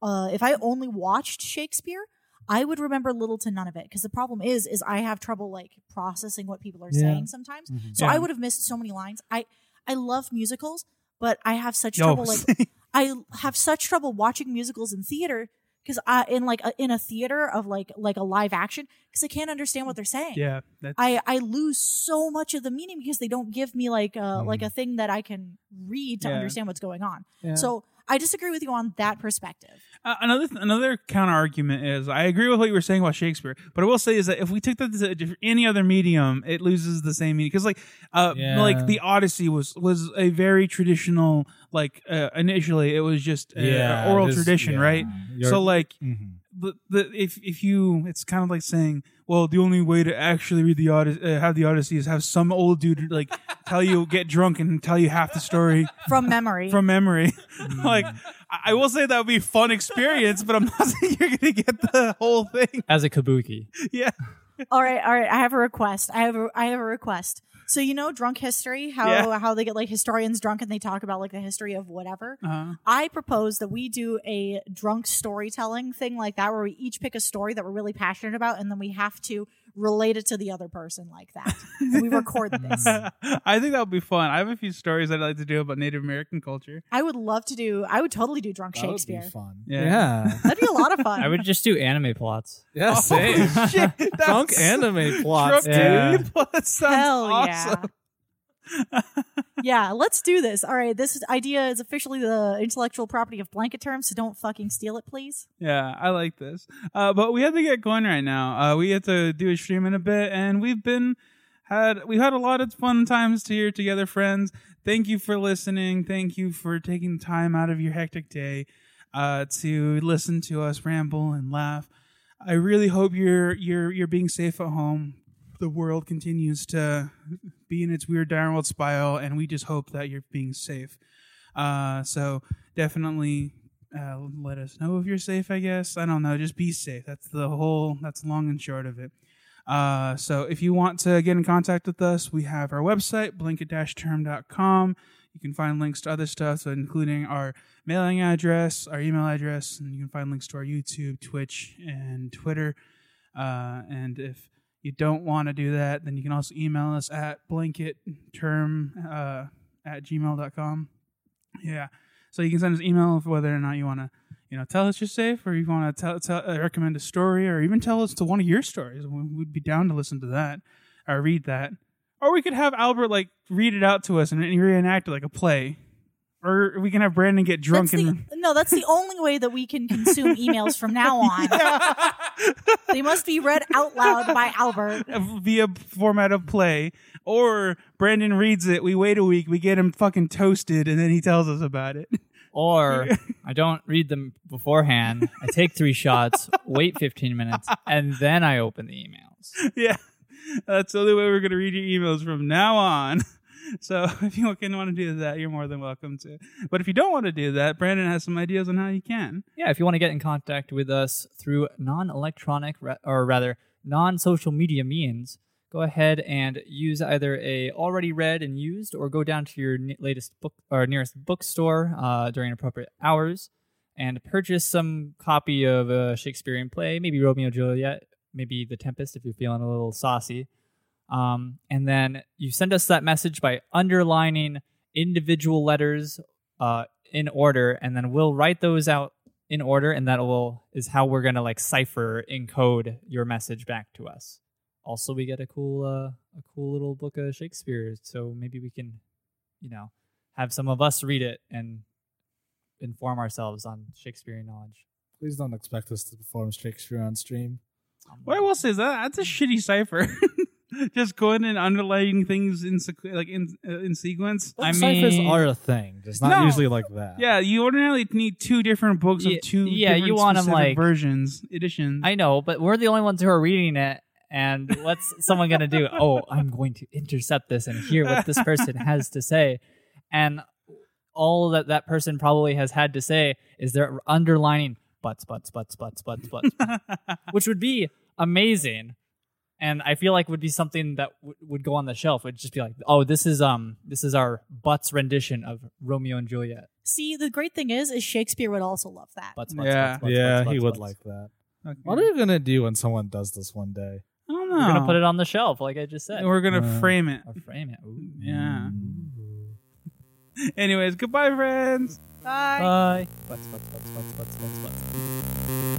S4: uh, if I only watched Shakespeare, I would remember little to none of it. Because the problem is, is I have trouble like processing what people are
S2: Yeah.
S4: saying sometimes.
S2: Mhm.
S4: So
S1: Yeah.
S4: I would have missed so many lines. I I love musicals, but I have such
S1: Yo,
S4: trouble like I have such trouble watching musicals in theater because I in like a, in a theater of like like a live action because I can't understand what they're saying.
S1: yeah, that's,
S4: I I lose so much of the meaning because they don't give me like a like a thing that I can read to
S1: Hmm. Yeah.
S4: understand what's going on.
S2: Yeah.
S4: So I disagree with you on that perspective.
S1: Uh, another th- another counter argument is I agree with what you were saying about Shakespeare, but I will say is that if we took that to a diff- any other medium, it loses the same meaning because like uh
S2: Yeah.
S1: like the Odyssey was was a very traditional like uh, initially it was just uh, oral
S2: it is-
S1: tradition,
S2: yeah.
S1: right?
S3: Um,
S2: You're-
S1: so like
S2: Mhm.
S1: the, the if if you it's kind of like saying well the only way to actually read the Odyssey uh, have the Odyssey is have some old dude like tell you get drunk and tell you half the story
S4: From memory,
S1: from memory.
S2: Mm.
S1: like I- I will say that would be a fun experience, but I'm not saying you're gonna get the whole thing.
S3: As a kabuki.
S1: Yeah.
S4: all right, all right. I have a request. I have a I have a request. So you know, drunk history, how
S1: Yeah.
S4: how they get like historians drunk and they talk about like the history of whatever.
S2: Uh-huh.
S4: I propose that we do a drunk storytelling thing like that, where we each pick a story that we're really passionate about, and then we have to relate it to the other person like that. And we record this.
S1: I think that would be fun. I have a few stories I'd like to do about Native American culture.
S4: I would love to do. I would totally do drunk
S2: That would be
S4: Shakespeare.
S2: fun.
S1: Yeah.
S4: That'd be a lot of fun.
S3: I would just do anime plots.
S2: Yeah,
S1: Holy
S2: same.
S1: Oh, shit, that's
S2: Drunk anime
S1: Drunk
S2: plots.
S3: Yeah.
S1: dude. That sounds
S4: Hell
S1: awesome.
S4: yeah. yeah, let's do this. All right, this idea is officially the intellectual property of blanket terms, so don't fucking steal it, please.
S1: Yeah, I like this. Uh, but we have to get going right now. Uh, we have to do a stream in a bit, and we've been had we've had a lot of fun times here together, friends. Thank you for listening. Thank you for taking time out of your hectic day uh, to listen to us ramble and laugh. I really hope you're you're you're being safe at home. The world continues to be in its weird downward spiral, and we just hope that you're being safe. Uh, so definitely uh, let us know if you're safe. I guess I don't know. Just be safe. That's the whole. That's long and short of it. Uh, so if you want to get in contact with us, we have our website blanket-term.com. You can find links to other stuff, so including our mailing address, our email address, and you can find links to our YouTube, Twitch, and Twitter. Uh, and if you don't want to do that, then you can also email us at blanketterm uh, at gmail.com. Yeah. So you can send us email of whether or not you want to, you know, tell us you're safe, or you want to tell, tell uh, recommend a story, or even tell us to one of your stories. We- We'd be down to listen to that or read that, or we could have Albert like read it out to us and reenact it like a play, or we can have Brandon get drunk
S4: That's
S1: and.
S4: the, no, that's the only way that we can consume emails from now on. They must be read out loud by Albert.
S1: via format of play, or Brandon reads it. We wait a week, we get him fucking toasted, and then he tells us about it.
S3: Or I don't read them beforehand. I take three shots, wait 15 minutes, and then I open the emails.
S1: yeah, that's the only way we're gonna read your emails from now on. So if you can want to do that, you're more than welcome to. But if you don't want to do that, Brandon has some ideas on how you can.
S3: Yeah, if you want to get in contact with us through non electronic, or rather, non social media means, go ahead and use either a already read and used, or go down to your n- latest book or nearest bookstore uh, during appropriate hours and purchase some copy of a Shakespearean play, maybe Romeo and Juliet, maybe The Tempest if you're feeling a little saucy. Um, and then you send us that message by underlining individual letters uh, in order, and then we'll write those out in order, and that will is how we're gonna like cipher encode your message back to us. Also, we get a cool uh, a cool little book of Shakespeare, so maybe we can, you know, have some of us read it and inform ourselves on Shakespearean knowledge.
S2: Please don't expect us to perform Shakespeare on stream.
S1: What
S3: Um,
S1: I will say is that that's a shitty cipher. Just going and underlining things in sequ- like in uh, in sequence.
S3: I
S2: ciphers
S3: mean-
S2: are a thing. It's not
S1: No.
S2: usually like that.
S1: Yeah, you ordinarily need two different books
S3: Ye-
S1: of two.
S3: yeah, you
S1: different
S3: want 'em,
S1: specific
S3: like-
S1: versions, editions.
S3: I know, but we're the only ones who are reading it. And what's someone going to do? Oh, I'm going to intercept this and hear what this person has to say. And all that that person probably has had to say is they're underlining butts, butts, butts, butts, butts, butts, which would be amazing. And I feel like would be something that w- would go on the shelf. Would just be like, oh, this is um, this is our butts rendition of Romeo and Juliet.
S4: See, the great thing is, is Shakespeare would also love that.
S3: Butts, butts,
S1: Yeah.
S3: butts, butts,
S2: yeah,
S3: butts,
S2: he
S3: butts,
S2: would
S3: butts.
S2: like that.
S1: Okay.
S2: What are you gonna do when someone does this one day?
S1: I don't know.
S3: We're gonna put it on the shelf, like I just said.
S1: Oh. We're gonna
S2: Yeah.
S1: frame it.
S3: Or frame it. Ooh.
S1: Yeah.
S2: Mm.
S1: Anyways, goodbye, friends.
S4: Bye.
S3: Bye.
S2: Butts, butts, butts, butts, butts, butts, butts.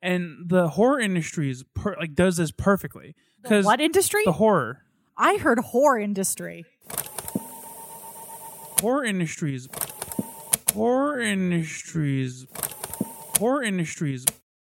S1: And the horror industry is per- like does this perfectly
S4: The
S1: because
S4: what industry?
S1: the horror
S4: I heard whore industry.
S1: horror industries horror industries horror industries